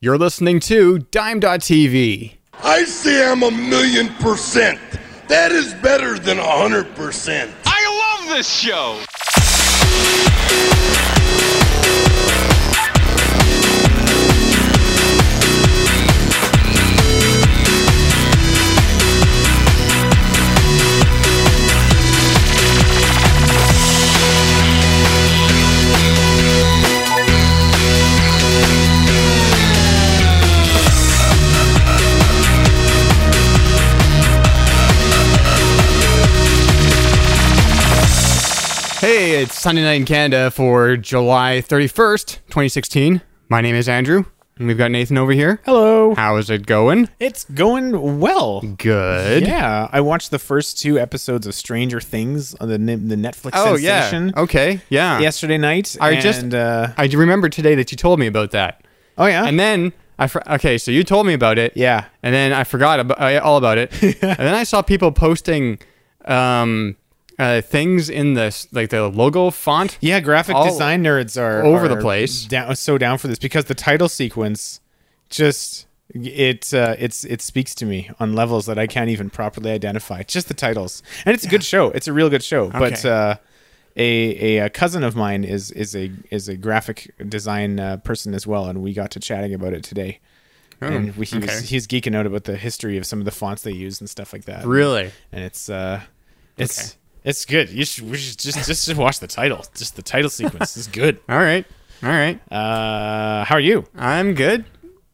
You're listening to Dime.tv. I say I'm a million percent. That is better than a hundred percent. I love this show. Hey, it's Sunday night in Canada for July 31st, 2016. My name is Andrew, and we've got Nathan over here. Hello. How's it going? It's going well. Good. Yeah, I watched the first two episodes of Stranger Things on the ne- the Netflix Oh, sensation yeah. Okay. Yeah. yesterday night. I and, just- uh, I do remember today that you told me about that. oh yeah, And then I fr- okay, so you told me about it. Yeah. And then I forgot ab- I, all about it. and then I saw people posting um uh, things in this like the logo font. yeah, graphic all design nerds are over the are place. Down, so down for this because the title sequence just it uh, it's it speaks to me on levels that I can't even properly identify. Just the titles, and it's a good show. It's a real good show, but. Okay. Uh, a, a, uh cousin of mine is is a is a graphic design uh, person as well, and we got to chatting about it today. and we, he, Oh, okay. was, he was geeking out about the history of some of the fonts they use and stuff like that. Really? And it's uh, it's it's good. You should, we should just just just watch the title. Just the title sequence is good. All right. All right. Uh, how are you? I'm good.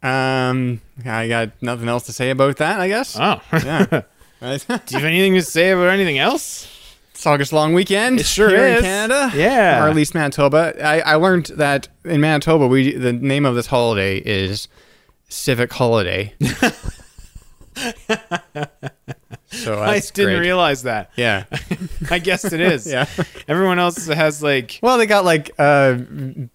Um I got nothing else to say about that, I guess. Oh, Yeah. Right. do you have anything to say about anything else? It's August long weekend. It sure here is. in Canada. Yeah. or at least Manitoba. I, I learned that in Manitoba, we the name of this holiday is civic holiday. so I that's didn't great. realize that. Yeah. I guess it is. Yeah. Everyone else has like Well, they got like uh,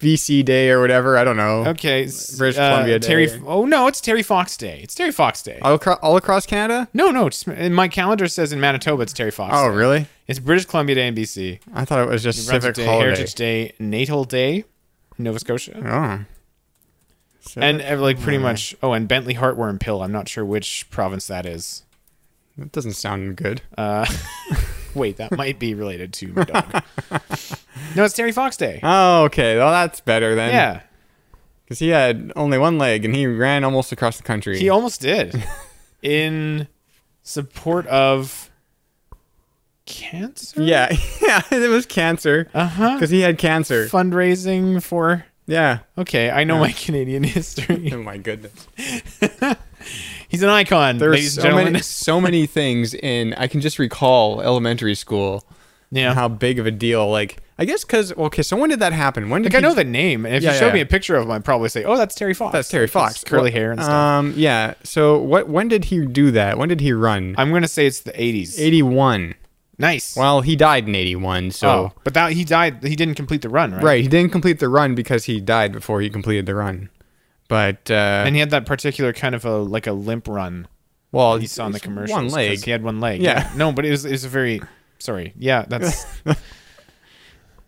BC Day or whatever. I don't know. okay, s- British uh, Columbia Day. Oh. Terry. Oh no, it's Terry Fox Day. It's Terry Fox Day. All, acro- all across Canada. No, no. It's, my calendar says in Manitoba it's Terry Fox. Oh, Day. really? It's British Columbia Day in BC. I thought it was just Brunswick civic Day, holiday. Heritage Day, Natal Day, Nova Scotia, Oh. and uh, like pretty Hmm. much. Oh, and Bentley heartworm pill. I'm not sure which province that is. That doesn't sound good. Wait, that might be related to my dog. no, it's Terry Fox Day. oh, okay. Well, that's better then. yeah, Because he had only one leg and he ran almost across the country. he almost did in support of cancer Yeah, yeah, it was cancer. Uh-huh. Uh huh. Because he had cancer. fundraising for. Yeah. Okay, I know my Canadian history. Oh my goodness. He's an icon, There were ladies so and gentlemen. many, so many things in. I can just recall elementary school. yeah. How big of a deal? Like, I guess because okay, so when did that happen? When did Like I he- know the name, and if Yeah, you showed yeah. me a picture of him, I'd probably say, "Oh, that's Terry Fox." That's Terry His Fox. curly Well, hair and stuff. Um, yeah. So what? When did he do that? When did he run? I'm gonna say it's the '80s. Eighty-one. Nice. Well, he died in eighty-one. So oh, but that he died. He didn't complete the run, right? right, he didn't complete the run because he died before he completed the run. But uh, And he had that particular kind of a like a limp run. well, You saw in the it's commercials. One 'cause leg. He had one leg. Yeah. No, but it was it was a very. Sorry. Yeah, that's I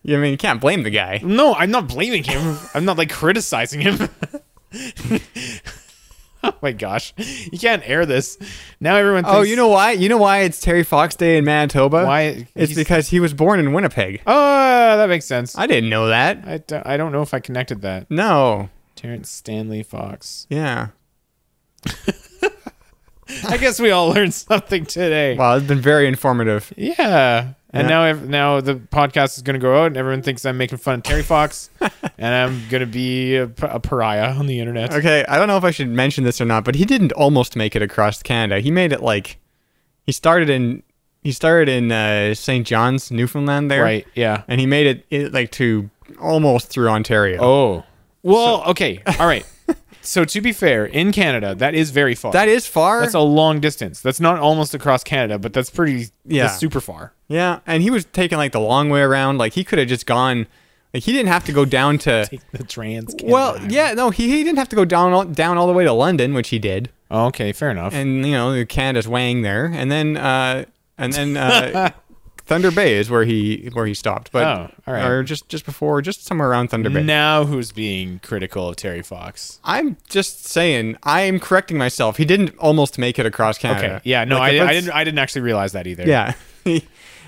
mean, you can't blame the guy. no. I'm not blaming him. I'm not like criticizing him. oh my gosh, you can't air this. Now everyone. Thinks, Oh, you know why? You know why it's Terry Fox Day in Manitoba? Why- It's he's- because he was born in Winnipeg. Oh, that makes sense. I, I didn't know that. I, don't- I don't know if I connected that. No. Terrence Stanley Fox. Yeah. I guess we all learned something today. Wow, it's been very informative. Yeah. Yeah. And now, ev- now the podcast is going to go out, and everyone thinks I'm making fun of Terry Fox, and I'm going to be a, p- a pariah on the internet. Okay, I don't know if I should mention this or not, but he didn't almost make it across Canada. He made it like he started in he started in uh, St. John's, Newfoundland there. Right. Yeah. And he made it, it like to almost through Ontario. Oh. Well. okay. All right. so to be fair, in Canada, that is very far. That is far. that's a long distance. That's not almost across Canada, but that's pretty. Yeah. That's super far. yeah, and he was taking like the long way around. Like he could have just gone like he didn't have to go down to The trans. Canada. Well, yeah, no, he, he didn't have to go down all, down all the way to London, which he did, Oh, okay. Fair enough. and you know Canada's wang there, and then uh, and then uh, Thunder Bay is where he where he stopped, but Oh, all right. Mm. or just just before, just somewhere around Thunder Bay. Now who's being critical of Terry Fox? I'm just saying, I am correcting myself. He didn't almost make it across Canada. Uh, Okay. Yeah. No, Like, I, I let's- didn't. I didn't actually realize that either. Yeah.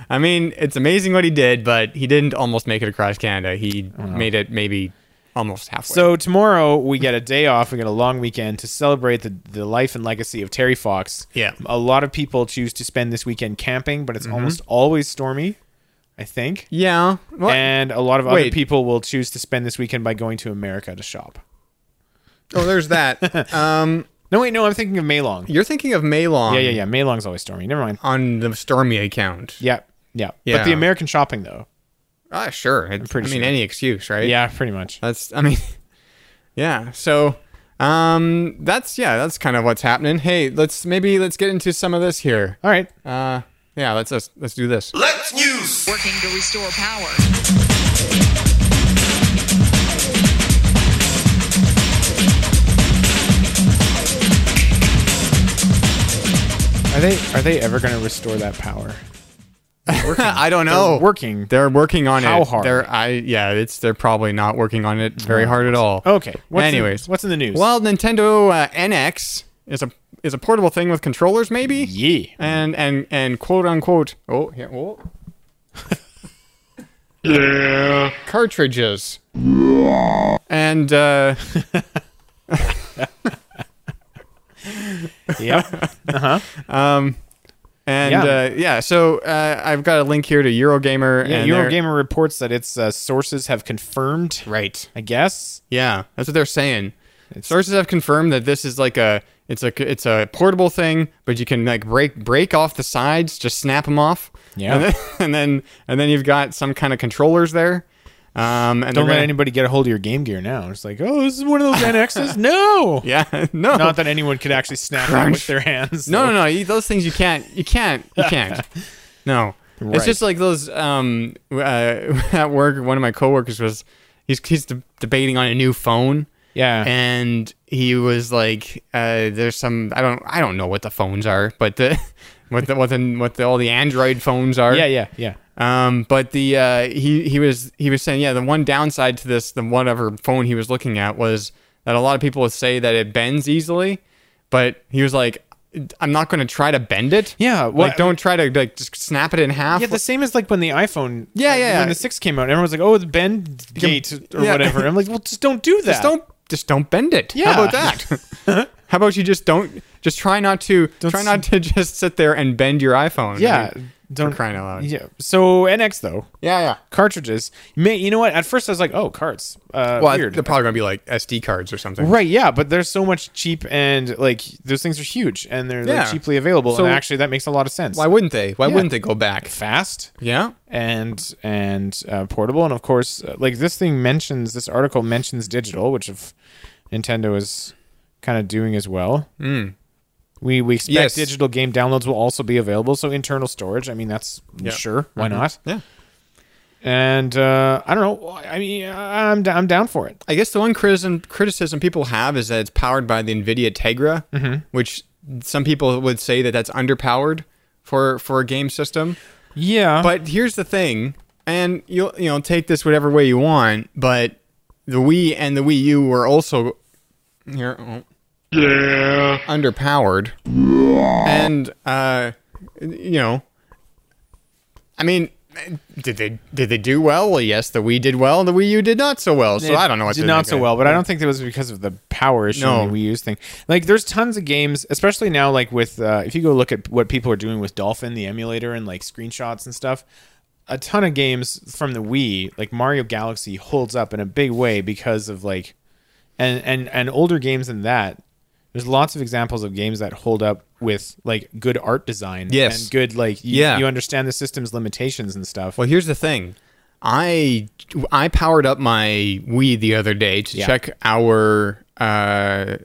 I mean, it's amazing what he did, but he didn't almost make it across Canada. He made it maybe almost halfway. So tomorrow we get a day off. We get a long weekend to celebrate the, the life and legacy of Terry Fox. Yeah. Mm-hmm. A lot of people choose to spend this weekend camping, but it's almost always stormy. I think. yeah. Well, And a lot of other Wait. people will choose to spend this weekend by going to America to shop. oh, there's that. um, No, wait, no, I'm thinking of Maylong. you're thinking of Maylong. Yeah, yeah, yeah. Maylong's always stormy. Never mind. On the Stormy account. Yeah, yeah. But Yeah. the American shopping though. Ah, sure. It's, pretty I mean, sure. any excuse, right? Yeah, pretty much. That's. I mean, yeah. So, um, that's yeah. That's kind of what's happening. Hey, let's maybe let's get into some of this here. All right. Uh, yeah. Let's let's, let's do this. Let's use. working to restore power. Are they are they ever going to restore that power? I don't know. Working. They're working on How it. hard? They're I yeah, it's they're probably not working on it very hard at all. Okay. What's in- Anyways, what's in the news? Well, Nintendo uh, NX is a is a portable thing with controllers maybe? Yeah. And and and quote unquote, oh, yeah, oh. yeah. Cartridges. And uh Yeah. and Yeah. yeah, uh, yeah so uh, I've got a link here to Eurogamer yeah and they're- Eurogamer reports that its uh, sources have confirmed. Right. I guess. Yeah, that's what they're saying. Sources have confirmed that this is like a it's a it's a portable thing, but you can like break break off the sides, just snap them off. Yeah. and then and then, and then you've got some kind of controllers there. Um, and Don't they're let gonna- anybody get a hold of your Game Gear now. It's like, oh, this is one of those NXs. No. Yeah, no, Not that anyone could actually snap it with Crunch. their hands. no, though. no, no. You, those things you can't, you can't, you can't. No, Right. it's just like those. Um, uh, at work, one of my coworkers was he's he's de- debating on a new phone. Yeah. and he was like, uh, "There's some I don't I don't know what the phones are, but the what the what the what the, all the Android phones are. yeah, yeah, yeah. Um, but the uh, he he was he was saying, yeah, the one downside to this, the whatever phone he was looking at was that a lot of people would say that it bends easily, but he was like, I'm not going to try to bend it. Yeah, well- like don't try to like just snap it in half. Yeah, the same as like when the iPhone, Yeah, uh, yeah. when the six came out, everyone's like, "Oh, the bend gate or yeah. whatever." I'm like, "Well, just don't do that. just don't just don't bend it. Yeah. How about that? How about you just don't just try not to try not to just sit there and bend your iPhone. yeah, I mean, don't for crying out loud. Yeah. So NX though, yeah, yeah. cartridges. May you know what? At first, I was like, "Oh, carts." Uh, Well, weird. they're probably gonna be like SD cards or something. Right, yeah, but there's so much cheap and like those things are huge and they're like, Yeah. cheaply available. So- and actually, that makes a lot of sense. Why wouldn't they? Why wouldn't they go back? fast Yeah. and and uh, portable, and of course, uh, like this thing mentions this article mentions digital, which of Nintendo is kind of doing as well. We we expect Hmm. Yes. digital game downloads will also be available, so internal storage. I mean, that's sure why not? Yeah. And uh, I don't know. I mean, I'm d- I'm down for it. I guess the one criticism criticism people have is that it's powered by the Nvidia Tegra, Mm-hmm. which some people would say that that's underpowered for for a game system. Yeah, But here's the thing, and you'll you know take this whatever way you want, but the Wii and the Wii U were also here oh, yeah underpowered, and uh, you know, I mean. Did they did they do well? well? Yes, the Wii did well. The Wii U did not so well. So I don't know what did to not make so of it. well, but I don't think that was because of the power issue No. in the Wii U's thing. Like, there's tons of games, especially now. Like with uh, if you go look at what people are doing with Dolphin, the emulator, and like screenshots and stuff. A ton of games from the Wii, like Mario Galaxy, holds up in a big way because of like, and and and older games than that. There's lots of examples of games that hold up with like good art design. Yes. and good like you, Yeah. you understand the system's limitations and stuff. Well, here's the thing. I I powered up my Wii the other day to Yeah. check our uh,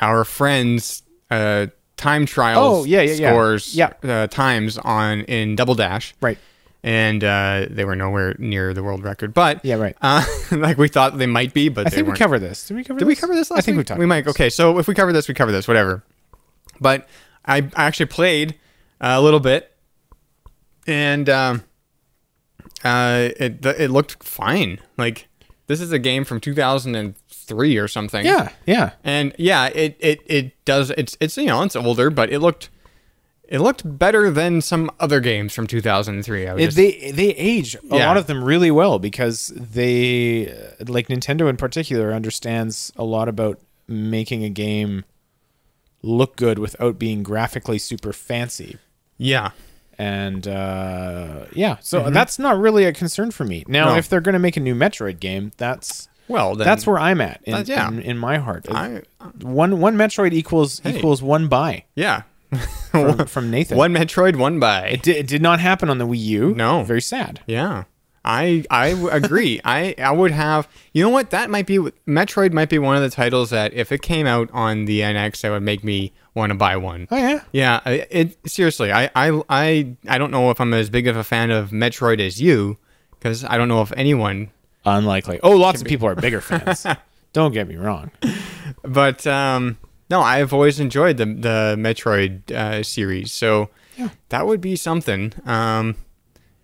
our friends' uh, time trials Oh, yeah, yeah, yeah. scores Yeah. Uh, times on in Double Dash Right. and uh, they were nowhere near the world record but Yeah, right. uh, like we thought they might be but I they think we weren't. covered this. Did we cover? Did we cover this last I think week? we talked. We about might. this. Okay, so if we cover this, we cover this, whatever. uh, But I, I actually played a little bit, and um, uh, it th- it looked fine. Like this is a game from 2003 or something. Yeah, yeah. And yeah, it it it does. It's it's you know it's older, but it looked it looked better than some other games from 2003. I would It, just- they they age a Yeah. lot of them really well because they uh, like Nintendo in particular understands a lot about making a game look good without being graphically super fancy. yeah. And uh, yeah, so that's not really a concern for me. Now, Mm-hmm. No. if they're going to make a new Metroid game, that's Well, then, that's where I'm at in, That's- yeah. in, in my heart. I- one one Metroid equals equals one buy yeah. from, from Nathan. one Metroid, one by. It did, it did not happen on the Wii U. No. Very sad. Yeah. I I w- agree. I I would have. You know what? That might be Metroid might be one of the titles that if it came out on the NX, that would make me want to buy one. Oh, yeah. Yeah, I- it seriously. I, I I I don't know if I'm as big of a fan of Metroid as you, because I don't know if anyone. Unlikely. Oh, lots of people are bigger fans. Don't get me wrong. But um, no, I've always enjoyed the the Metroid uh, series, so that would be something. Um,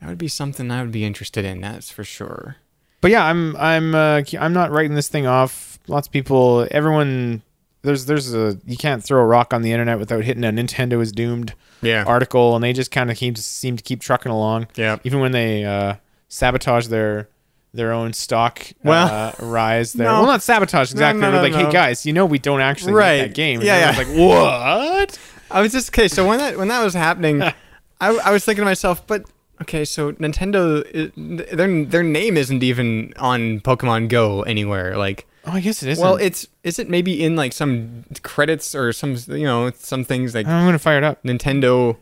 that would be something I would be interested in. That's for sure. But yeah, I'm I'm uh, cu- I'm not writing this thing off. Lots of people, everyone. There's there's a you can't throw a rock on the internet without hitting a Nintendo is doomed Yeah. article, and they just kind of keep seem to keep trucking along. Yeah. Even when they uh, sabotage their their own stock Well, uh, rise, there. no. Well, not sabotage exactly. no, but no, like, no. hey guys, you know we don't actually Right. like that game. And Yeah, yeah. everyone's Like what? I was just okay. So when that when that was happening, I, I was thinking to myself, but okay, so Nintendo, i- their their name isn't even on Pokemon Go anywhere. Like, Oh, I guess it isn't. well, it's is it maybe in like some credits or some you know some things like I'm gonna fire it up. Nintendo,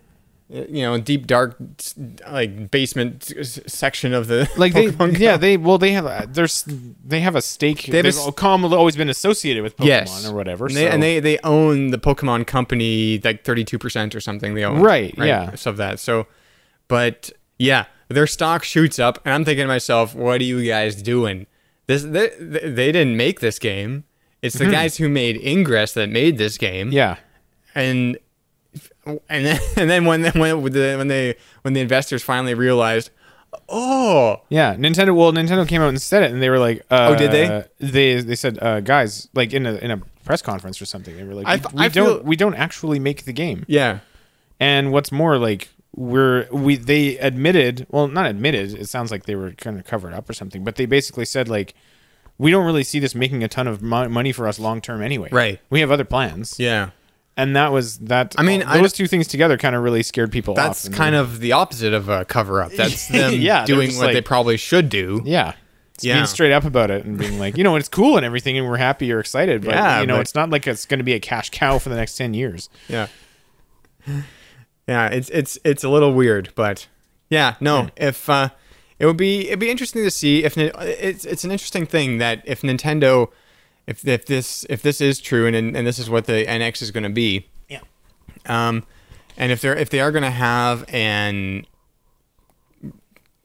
uh, you know, deep dark s- like basement s- section of the like they Pokemon Go. yeah they well they have a, there's they have a stake have a they've s- commonly always been associated with Pokemon Yes, or whatever and they, so- and they they own the Pokemon company like thirty two percent or something. They own Right, yeah. of that. So, but yeah, their stock shoots up, and I'm thinking to myself, what are you guys doing? This they, they didn't make this game. It's the guys who made Ingress that made this game. Hmm. yeah and and then and then when when the, when they when the investors finally realized, oh yeah Nintendo well Nintendo came out and said it and they were like uh, did they? they they said uh, guys like in a in a press conference or something they were like I we, f- we I don't feel- we don't actually make the game yeah, and what's more like we're we they admitted well not admitted it sounds like they were kind of covered up or something but they basically said like we don't really see this making a ton of mo- money for us long term anyway Right. we have other plans yeah. and that was that. I mean, those I don't- two things together kind of really scared people. That's kind of the opposite of a cover up. That's them Yeah, they're doing just what they like- probably should do. yeah, It's Yeah. being straight up about it and being like, you know, it's cool and everything, and we're happy or excited, but Yeah, you know, but- it's not like it's going to be a cash cow for the next ten years. Yeah. Yeah, it's it's it's a little weird, but yeah, no. If uh, it would be it'd be interesting to see if Ni- it's it's an interesting thing that if Nintendo, if if this if this is true and and this is what the NX is going to be, Yeah, um, and if they're if they are going to have an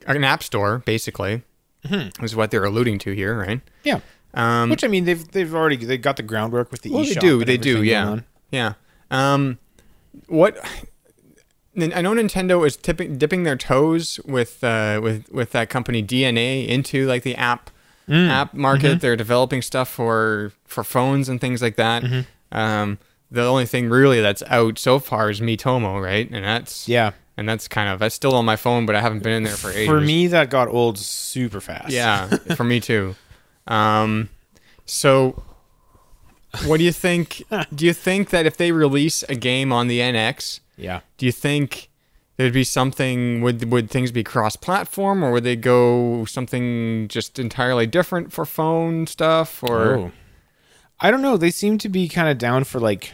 an app store basically, is what they're alluding to here, right? yeah. Um, Which I mean, they've they've already they got the groundwork with the Well, eShop. they do. and They do. everything Yeah. going on. Yeah. Um, what? Nin- I know Nintendo is tipping, dipping their toes with uh, with with that company DNA into like the app Mm. app market. Mm-hmm. They're developing stuff for for phones and things like that. Mm-hmm. Um, the only thing really that's out so far is Mitomo, right? And that's Yeah. and that's kind of that's still on my phone, but I haven't been in there for ages. For me, that got old super fast. Yeah, for me too. Um, so, what do you think? Do you think that if they release a game on the NX, yeah. do you think there'd be something? Would would things be cross-platform, or would they go something just entirely different for phone stuff? Or Oh. I don't know. They seem to be kind of down for like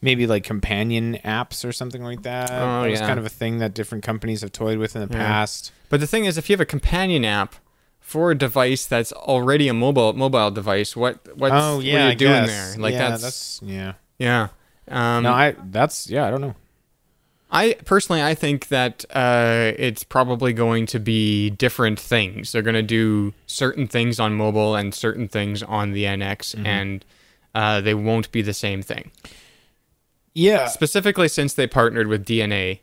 maybe like companion apps or something like that. Oh, That was yeah. kind of a thing that different companies have toyed with in the past. but the thing is, if you have a companion app. For a device that's already a mobile mobile device, what what's, Oh what yeah, are you I doing guess. there? Like yeah, that's, yeah. yeah. Um, No, I that's yeah. I don't know. I personally, I think that uh, it's probably going to be different things. They're going to do certain things on mobile and certain things on the NX, and uh, they won't be the same thing. Yeah, Specifically, since they partnered with DNA,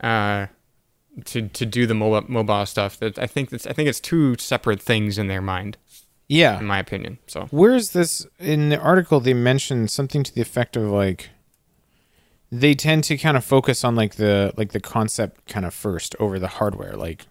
uh, to to do the MOBA, MOBA stuff. That I think that's I think it's two separate things in their mind, Yeah. in my opinion. So Where's this in the article? They mentioned something to the effect of like they tend to kind of focus on like the like the concept kind of first over the hardware, like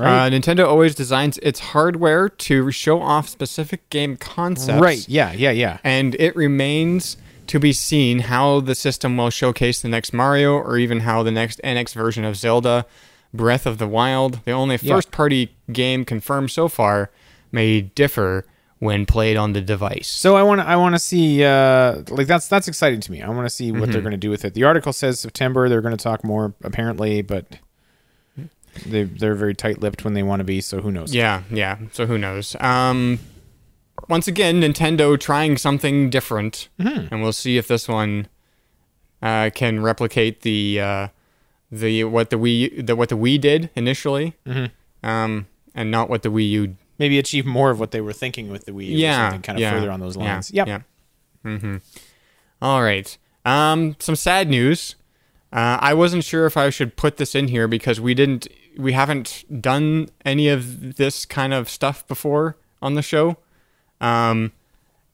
uh, Nintendo always designs its hardware to show off specific game concepts. right, yeah, yeah, yeah, and it remains to be seen how the system will showcase the next Mario or even how the next NX version of Zelda Breath of the Wild, the only Yeah. first party game confirmed so far, may differ when played on the device. So I want to I want to see uh, like that's that's exciting to me. I want to see what they're Mm-hmm. going to do with it. The article says September they're going to talk more apparently, but they they're very tight lipped when they want to be. So who knows? Yeah, yeah. So who knows? Um once again, Nintendo trying something different, and we'll see if this one uh, can replicate the uh, the what the Wii the what the Wii did initially, um, and not what the Wii U Maybe achieve more of what they were thinking with the Wii. U or yeah, something kind of yeah, further on those yeah, lines. Yeah. Yep. Mm-hmm. All right. Um, some sad news. Uh, I wasn't sure if I should put this in here because we didn't, we haven't done any of this kind of stuff before on the show. Um,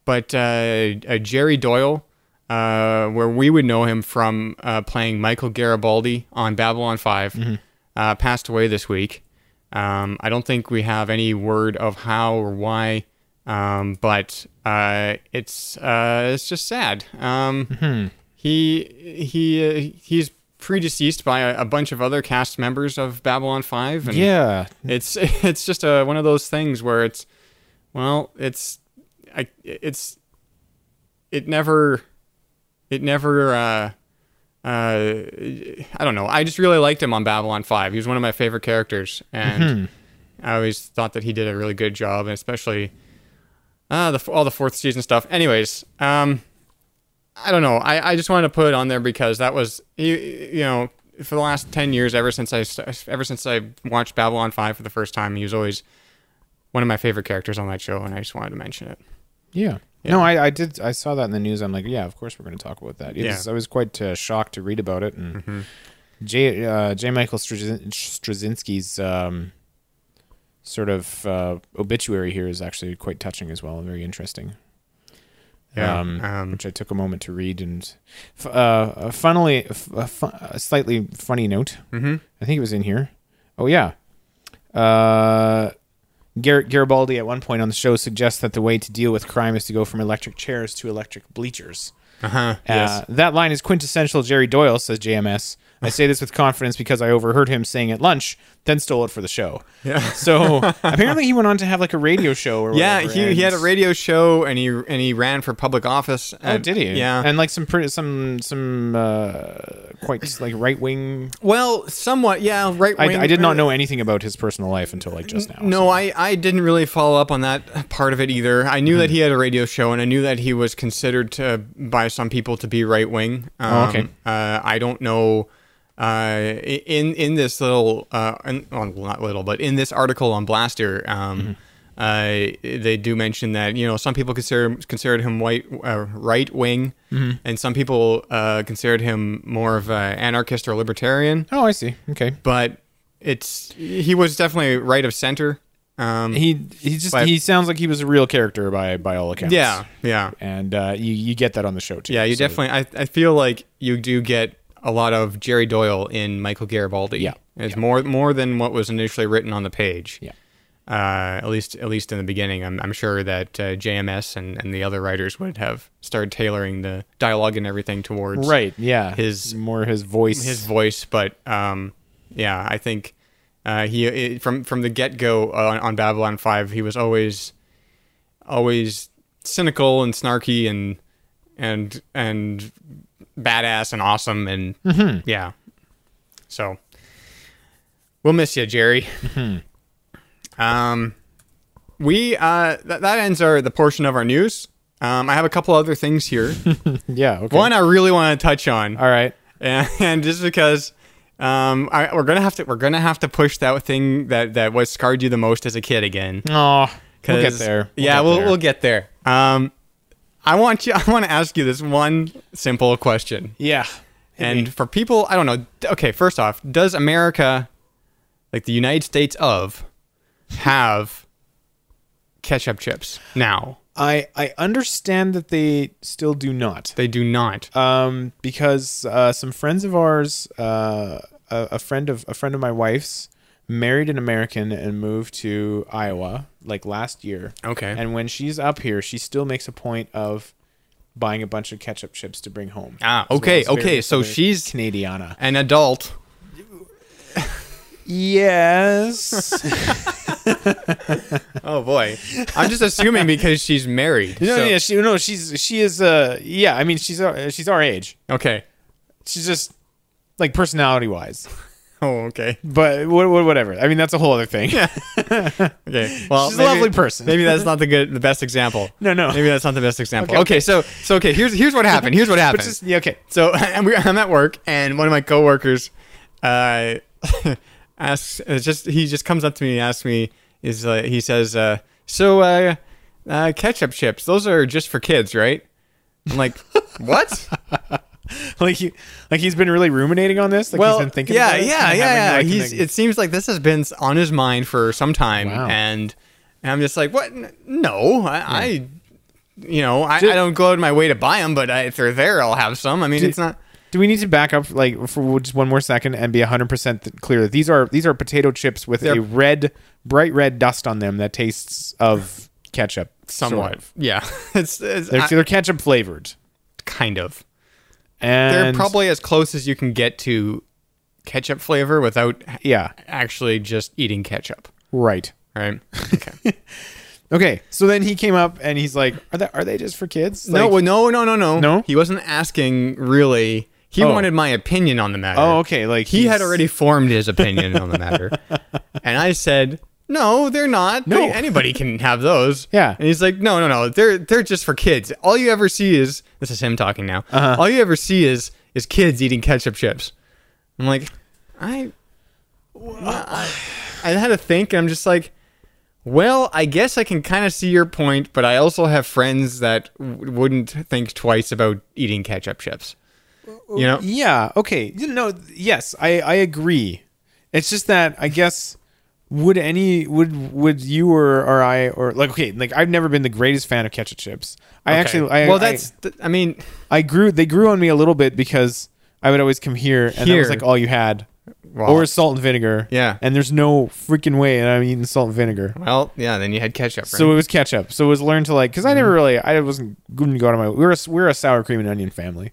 but uh, uh, Jerry Doyle, uh, where we would know him from uh, playing Michael Garibaldi on Babylon 5, uh, passed away this week. Um, I don't think we have any word of how or why, um, but uh, it's uh, it's just sad. Um, He he uh, he's predeceased by a, a bunch of other cast members of Babylon Five. And Yeah. it's it's just a, one of those things where it's well it's I, it's it never it never uh uh i don't know i just really liked him on babylon 5 he was one of my favorite characters and i always thought that he did a really good job and especially uh the all the fourth season stuff anyways um I don't know. I, I just wanted to put it on there because that was you, you know for the last ten years ever since I st- ever since I watched Babylon Five for the first time he was always one of my favorite characters on that show and I just wanted to mention it. Yeah. No, I, I did. I saw that in the news. I'm like, yeah, of course we're going to talk about that. It Yeah. Mm-hmm. was, I was quite uh, shocked to read about it. And J. Uh, J. Michael Strazin- Straczynski's um, sort of uh, obituary here is actually quite touching as well and very interesting. Yeah, Um, um, which I took a moment to read and, f- uh, a funnily, f- a, fu- a slightly funny note. Mm-hmm. I think it was in here. Oh yeah. Uh, Garrett Garibaldi at one point on the show suggests that the way to deal with crime is to go from electric chairs to electric bleachers. Uh-huh, yes. That line is quintessential Jerry Doyle, says JMS. I say this with confidence because I overheard him saying at lunch, then stole it for the show. Yeah. So apparently he went on to have like a radio show or Yeah, whatever, he, he had a and- radio show and he and he ran for public office. Oh, did he? Um, Yeah. And like some pretty, some, some, uh, quite like right wing. well, somewhat. Yeah, right. I, I did not know anything about his personal life until like just now. No, I, I didn't really follow up on that part of it either. I knew that Mm-hmm. he had a radio show, and I knew that he was considered to, by some people to be right wing. Um, Oh, okay. Uh, I don't know. Uh, i- in in this little, uh, in, well, not little, but in this article on Blaster, um, Mm-hmm. uh, they do mention that you know some people consider considered him white uh, right wing, Mm-hmm. and some people uh, considered him more of an anarchist or libertarian. Oh, I see. Okay. But it's he was definitely right of center. Um, He he just But- he sounds like he was a real character by by all accounts. Yeah, yeah, and uh, you you get that on the show too. yeah. You so- definitely. I, I feel like you do get a lot of Jerry Doyle in Michael Garibaldi. Yeah, it's more more than what was initially written on the page. Yeah. Uh, at least, at least in the beginning, I'm, I'm sure that uh, JMS and, and the other writers would have started tailoring the dialogue and everything towards right. Yeah, His- more his voice. his voice, but um, yeah, I think uh, he it, from from the get go on, on Babylon Five, he was always always cynical and snarky and and and badass and awesome and yeah. So we'll miss you, Jerry. Um, we uh th- that ends our the portion of our news. Um, I have a couple other things here. yeah. Okay. One I really want to touch on All right. and, and just because um, I, we're gonna have to we're gonna have to push that thing that that was scarred you the most as a kid again. Oh, we'll get 'Cause- there. yeah, get we'll there. we'll get there. Um, I want you. I want to ask you this one simple question. yeah. And for people, I don't know. Okay, first off, does America, like the United States of, have ketchup chips now? I I understand that they still do not. They do not. um, because uh, some friends of ours, uh, a, a friend of a friend of my wife's, married an American and moved to Iowa like last year. Okay. And when she's up here, she still makes a point of buying a bunch of ketchup chips to bring home. Ah, So okay, it's very- okay, so very she's- Canadiana. An adult. Yes. Oh boy, I'm just assuming because she's married. no, so- yeah, she no, she's she is uh yeah, I mean she's our, she's our age. Okay. She's just like personality wise. Oh, okay. But wha- wha- whatever. I mean that's a whole other thing. Okay. Well, She's a lovely person. Maybe that's not the good, the best example. No, no. Maybe that's not the best example. Okay, Okay. so, so okay. Here's here's what happened. Here's what happened. But just yeah, okay. So and we, I'm at work, and one of my coworkers uh, asks, uh, just he just comes up to me and asks me, is uh, he says, uh, so uh, uh, ketchup chips, those are just for kids, right? I'm like, what? like he, like he's been really ruminating on this. Like he's been thinking. yeah, about it yeah, and yeah, having, yeah. like, He's. an- It seems like this has been on his mind for some time, Wow. and, and I'm just like, what? N- No, I. I you know, I, I don't go out of my way to buy them, but I, if they're there, I'll have some. I mean, it's not. Do we need to back up like for just one more second and be hundred percent clear? These are these are potato chips with a They're- red, bright red dust on them that tastes of ketchup. sort Somewhat, of. yeah. It's, it's They're, I- they're ketchup flavored. kind of. And They're probably as close as you can get to ketchup flavor without h- yeah actually just eating ketchup, right. right? Okay. Okay, so then he came up and he's like, "Are they are they just for kids?" no, Like, well, no, no, no, no. No? he wasn't asking really. He Oh. wanted my opinion on the matter. Oh, okay. Like He had he's- already formed his opinion on the matter, and I said, "No, they're not. No. They- anybody can have those." Yeah. and he's like, "No, no, no. They're they're just for kids. All you ever see is this is him talking now. Uh-huh. All you ever see is is kids eating ketchup chips." I'm like, I, I, I had to think, and I'm just like, well, I guess I can kind of see your point, but I also have friends that w- wouldn't think twice about eating ketchup chips. You know, Yeah. Okay. You know, yes, I I agree. It's just that I guess would any would would you or or I or like okay like I've never been the greatest fan of ketchup chips. I actually I well, I- that's th- I mean, I, grew they grew on me a little bit because I would always come here and that Here. was like all you had. Wow. Or salt and vinegar. Yeah. And there's no freaking way that I'm eating salt and vinegar. well, yeah. Then you had ketchup, right? So it was ketchup. So it was learned to like because I never really I wasn't going to go out of my we're a, we're a sour cream and onion family.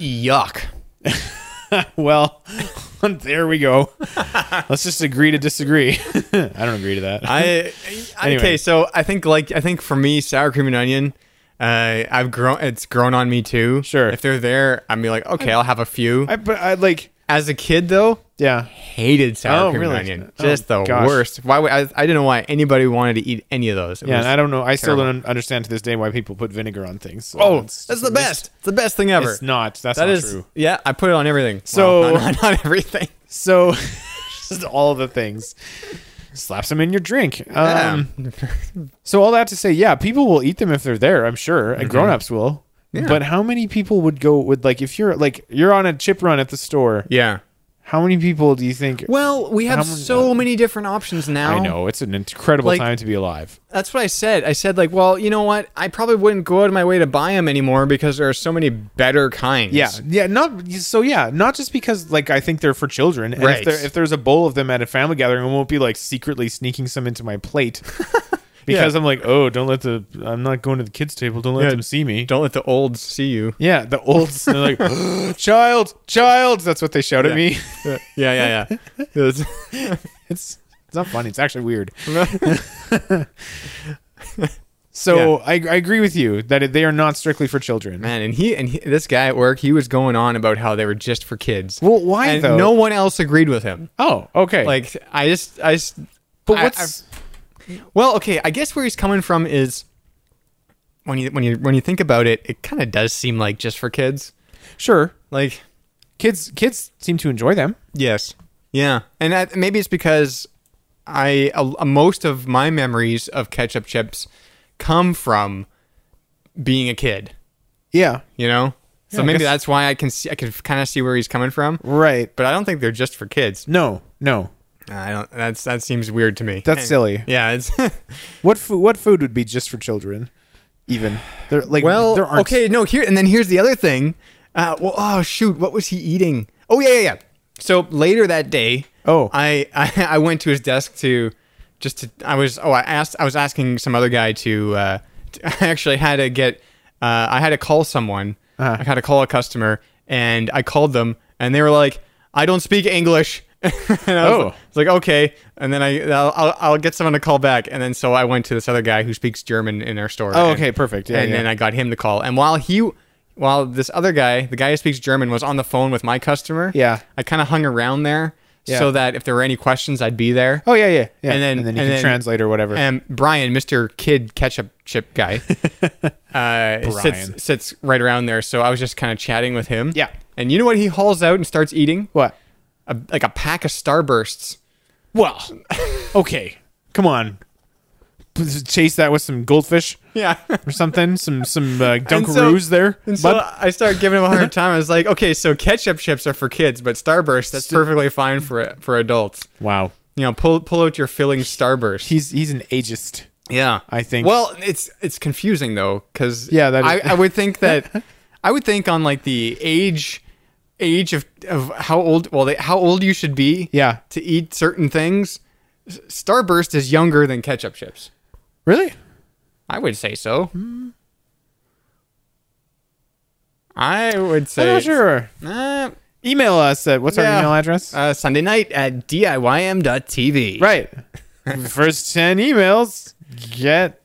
yuck. Well, there we go. Let's just agree to disagree. I don't agree to that. I, I Anyway. okay. So I think like I think for me, sour cream and onion, uh, I've grown. It's grown on me too. Sure. If they're there, I'm be like, okay, I'll have a few. I but I like As a kid, though, yeah. hated sour Oh, cream really? and onion. Oh, Just the gosh. worst. Why would, I, I didn't know why anybody wanted to eat any of those. It Yeah, was- and I don't know. I still terrible. don't understand to this day why people put vinegar on things. so Oh, it's- that's the best. It's the best thing ever. It's not. That's That not is- true. Yeah, I put it on everything. So- Well, not, not everything. So just all the things. Slap some in your drink. Um, So all that to say, yeah, people will eat them if they're there. I'm sure, Mm-hmm. and grown-ups will. But how many people would go? Would like if you're like you're on a chip run at the store? yeah. How many people do you think? Well, we have How many- so many different options now. I know it's an incredible Like- time to be alive. That's what I said. I said like, well, you know what? I probably wouldn't go out of my way to buy them anymore because there are so many better kinds. Yeah, yeah, not so. Yeah, not just because like I think they're for children. And Right. If, there, if there's a bowl of them at a family gathering, I won't be like secretly sneaking some into my plate because I'm like, oh, don't let the I'm not going to the kids' table. Don't let Yeah, them see me. Don't let the olds see you. Yeah, the olds they're like, child, child. That's what they shout at me. yeah, yeah, yeah. It's- It's it's not funny. It's actually weird. So I, I agree with you that it- they are not strictly for children. Man, and he and he, this guy at work, he was going on about how they were just for kids. Well, why and though? no one else agreed with him. Oh, okay. Like, I just, I, just- but I- what's well, okay. I guess where he's coming from is when you when you when you think about it, it kind of does seem like just for kids. sure? Like, Kids kids seem to enjoy them. Yes. Yeah, and I, maybe it's because I a- most of my memories of ketchup chips come from being a kid. Yeah. You know, So Yeah, I maybe guess- that's why I can see I can kind of see where he's coming from. Right. But I don't think they're just for kids. No, no. I don't. That's that seems weird to me. That's silly. Yeah. It's What food? What food would be just for children? Even there, like well. there aren't okay. No. Here and then here's the other thing. Uh, well. Oh shoot. What was he eating? Oh yeah yeah yeah. So later that day. Oh. I I, I went to his desk to just to I was oh I asked I was asking some other guy to. Uh, to I actually had to get. Uh, I had to call someone. Uh-huh. I had to call a customer, and I called them, and they were like, "I don't speak English." and I was Oh. like- It's like okay, and then I I'll, I'll, I'll get someone to call back, and then so I went to this other guy who speaks German in our store. Oh, and- okay, perfect. Yeah, and yeah. then I got him to call, and while he, while this other guy, the guy who speaks German, was on the phone with my customer, Yeah. I kind of hung around there Yeah. so that if there were any questions, I'd be there. Oh yeah, yeah, yeah. And then- and then you and can then- translate or whatever. And Brian, Mr. Kid Ketchup Chip guy, uh, Brian. sits sits right around there. So I was just kind of chatting with him. Yeah. And you know what? He hauls out and starts eating what? a, like a pack of Starbursts. Well, okay. Come on. Please Chase that with some goldfish Yeah. or something. Some some uh, And so- Dunkaroos there. And so bud. I started giving him a hard time. I was like, okay, so ketchup chips are for kids, but Starburst that's perfectly fine for for adults. wow. You know, pull pull out your filling Starburst. He's he's an ageist. Yeah, I think- Well, it's it's confusing though, because Yeah, that is- I, I would think that I would think on like the age age of of how old well they, how old you should be Yeah. to eat certain things. S- Starburst is younger than ketchup chips. Really? I would say so. I would say. I'm not sure. Uh, Email us at what's Yeah. our email address? uh, Sunday night at DIYM.tv. right. First ten emails get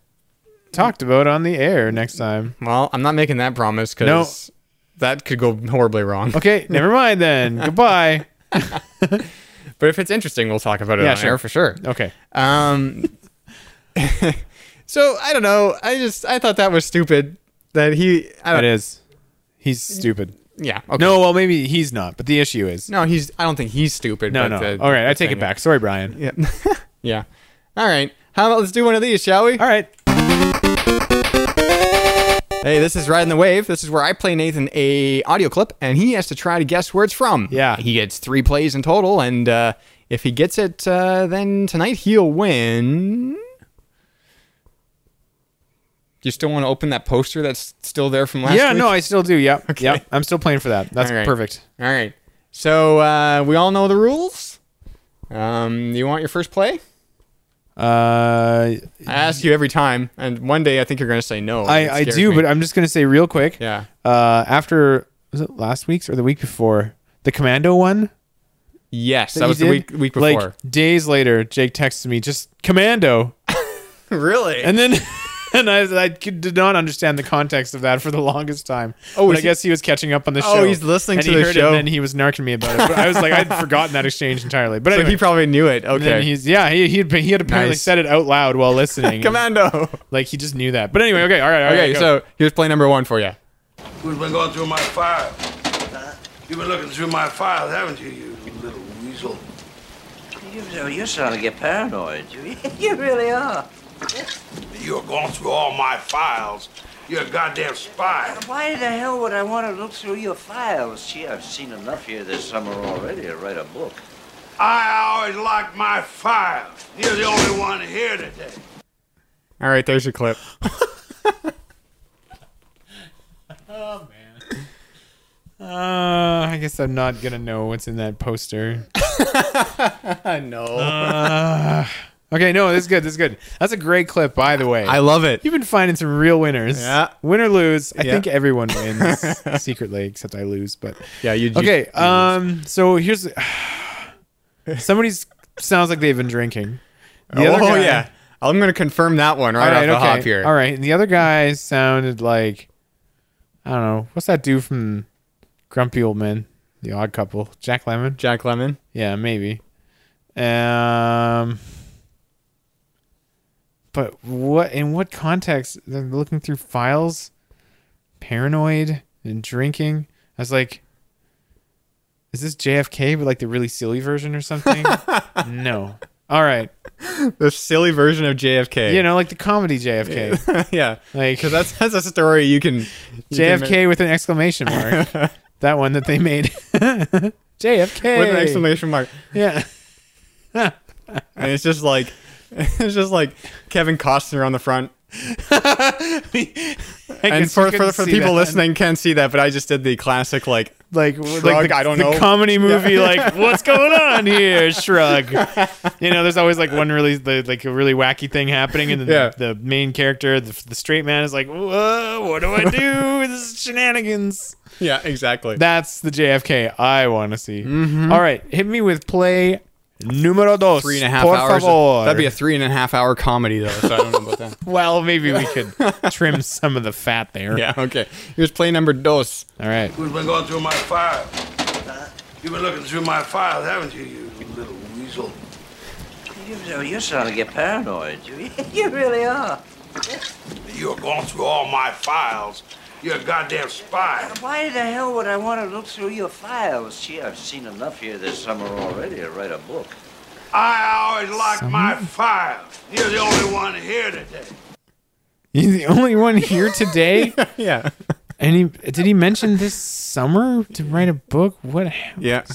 talked about on the air next time. Well, I'm not making that promise because that could go horribly wrong. Okay, never mind then. Goodbye. But if it's interesting, we'll talk about it Yeah, on sure. air for sure. Okay. Um, so I don't know. I just I thought that was stupid that he. I That don't, is. He's stupid. Uh, Yeah. Okay. No, well maybe he's not, but the issue is. No, he's. I don't think he's stupid. No, but no. the- All right, I the take thing- it back. Sorry, Brian. Yeah. yeah. All right. How about let's do one of these, shall we? All right. Hey, this is Riding the Wave. This is where I play Nathan a audio clip, and he has to try to guess where it's from. Yeah. He gets three plays in total, and uh, if he gets it, uh, then tonight he'll win. You still want to open that poster that's still there from last yeah, week? no, I still do. Yep. Yep. I'm still playing for that. That's All right. perfect. All right. So uh, we all know the rules. Um, you want your first play? Uh, I ask you every time, and one day I think you're going to say no. I, It I scares do, me. but I'm just going to say real quick. yeah. Uh, after, was it last week's or the week before? The Commando one? Yes, that you was the did? week week before. Like days later, Jake texted me, just Commando. really? And then. And I, I could- did not understand the context of that for the longest time. Oh, Oh, is but I he- guess he was catching up on the Oh, show. he's listening and to he the heard show. It and then he was narking me about it. But I was like, I'd forgotten that exchange entirely. But so anyway, he probably knew it. Okay. then he's yeah, he he had, he had apparently Nice. said it out loud while listening. Commando. Like he just knew that. But anyway, okay, all right, all right. Okay, go. so here's play number one for you. Who's been going through my files? You've been looking through my files, haven't you, you little weasel? You, you're starting to get paranoid. You, you really are. You're going through all my files. You're a goddamn spy. Why the hell would I want to look through your files? Gee, I've seen enough here this summer already to write a book. I always like my files. You're the only one here today. All right, there's your clip. Uh, I guess I'm not gonna know what's in that poster. I know. Okay, no, this is good. This is good. That's a great clip, by the way. I love it. You've been finding some real winners. Yeah. Win or lose, I Yeah. think everyone wins secretly, except I lose. But Yeah, you. you- okay. Um. So here's somebody's sounds like they've been drinking. The oh other guy- yeah. I'm gonna confirm that one right, All right. off okay. the hop here. All right. And the other guy sounded like I don't know. What's that dude from Grumpy Old Men? The Odd Couple. Jack Lemon. Jack Lemon. Yeah, maybe. Um, but what in what context? They're looking through files, paranoid and drinking. I was like, is this JFK, but like the really silly version or something? no. All right. the silly version of JFK. You know, like the comedy JFK. yeah, Like- because that's that's a story you can you can make- JFK with an exclamation mark. that one that they made. JFK. with an exclamation mark, Yeah. and it's just like it's just like Kevin Costner on the front. And for for, for the people listening, can't see that, but I just did the classic like like, Shrug, like the, I don't the know. comedy movie, like what's going on here? Shrug. You know, there's always like one really the, like a really wacky thing happening, and then Yeah. the, the main character, the, the straight man, is like, "Whoa, what do I do? this is shenanigans." yeah, exactly. That's the JFK I want to see. All right, hit me with play numero dos. Mm-hmm. three and a half por hours. Favor. That'd be a three and a half hour comedy though, so I don't know about that. well, maybe we could trim some of the fat there. yeah, okay. Here's play number dos. All right. Who's been going through my files? You've been looking through my files, haven't you, you little weasel? You, you're starting to get paranoid. You, you really are. You're going through all my files. You're a goddamn spy. Why the hell would I want to look through your files? Gee, I've seen enough here this summer already to write a book. I always like my files. You're the only one here today. You're the only one here today. Yeah. and he did he mention this summer to write a book? What? hap- Yeah.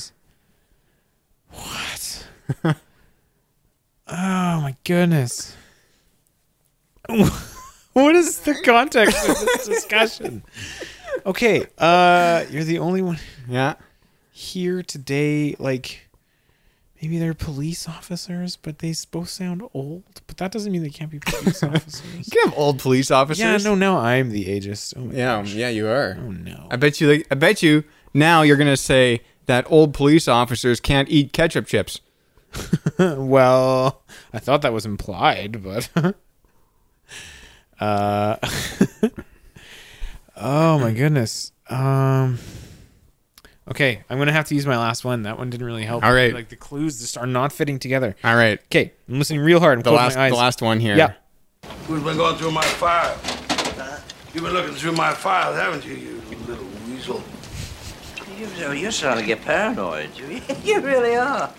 What? oh my goodness. what is the context of this discussion? Okay, uh, you're the only one Yeah. here today. Like, maybe they're police officers, but they s- both sound old. But that doesn't mean they can't be police officers. You can have old police officers. yeah, no, now I'm the ageist. Oh my Yeah, um, yeah, you are. Oh no. I bet you. They, I bet you. Now you're gonna say that old police officers can't eat ketchup chips. Well, I thought that was implied, but uh Oh my goodness. Um Okay, I'm going to have to use my last one. That one didn't really help. All right. Like the clues just are not fitting together. All right. Okay, I'm listening real hard. I'm The last, my eyes. the last one here. Yeah. Who's been going through my files? You've been looking through my files, haven't you, you little weasel? You, you're starting to get paranoid. You, you really are.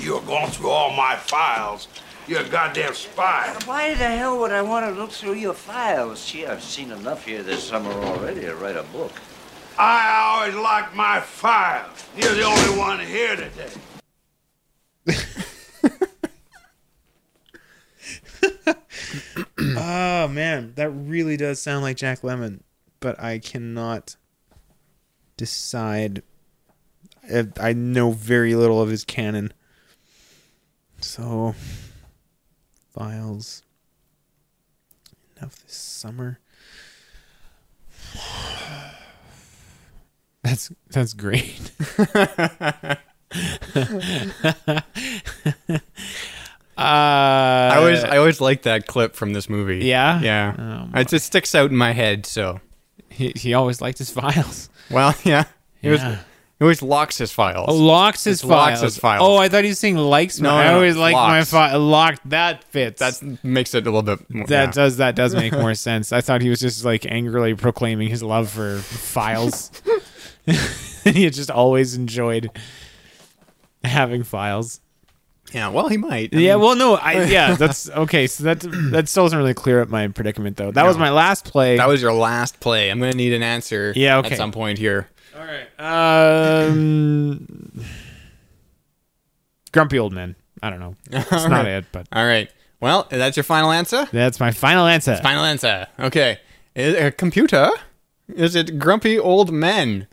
You're going through all my files. You're a goddamn spy. Why the hell would I want to look through your files? Gee, I've seen enough here this summer already to write a book. I always like my files. You're the only one here today. Oh man, that really does sound like Jack Lemon, but I cannot decide. I, I know very little of his canon, so files enough this summer. That's that's great. I Uh, always, I always like that clip from this movie. Yeah? Yeah. Oh, it just sticks out in my head. So. He, he always liked his files. Well, yeah. He was. Yeah. Oh, He always locks his files. Locks his locks files. his files. Oh, I thought he was saying likes. No, No, I no, no, always like my locks. file locked. That fits. That makes it a little bit. More, that yeah. does that does make more sense. I thought he was just like angrily proclaiming his love for files. and he had just always enjoyed having files. Yeah, Well, he might. I Yeah, mean, well, no, I yeah, that's okay. So that that still doesn't really clear up my predicament though. That was my last play. that was your last play. I'm gonna need an answer. Yeah, okay. At some point here. all right. Um, grumpy old men. I don't know. It's not right. it, but All right. Well, that's your final answer. That's my final answer. Final answer. Okay. Is a computer? Is it grumpy old men?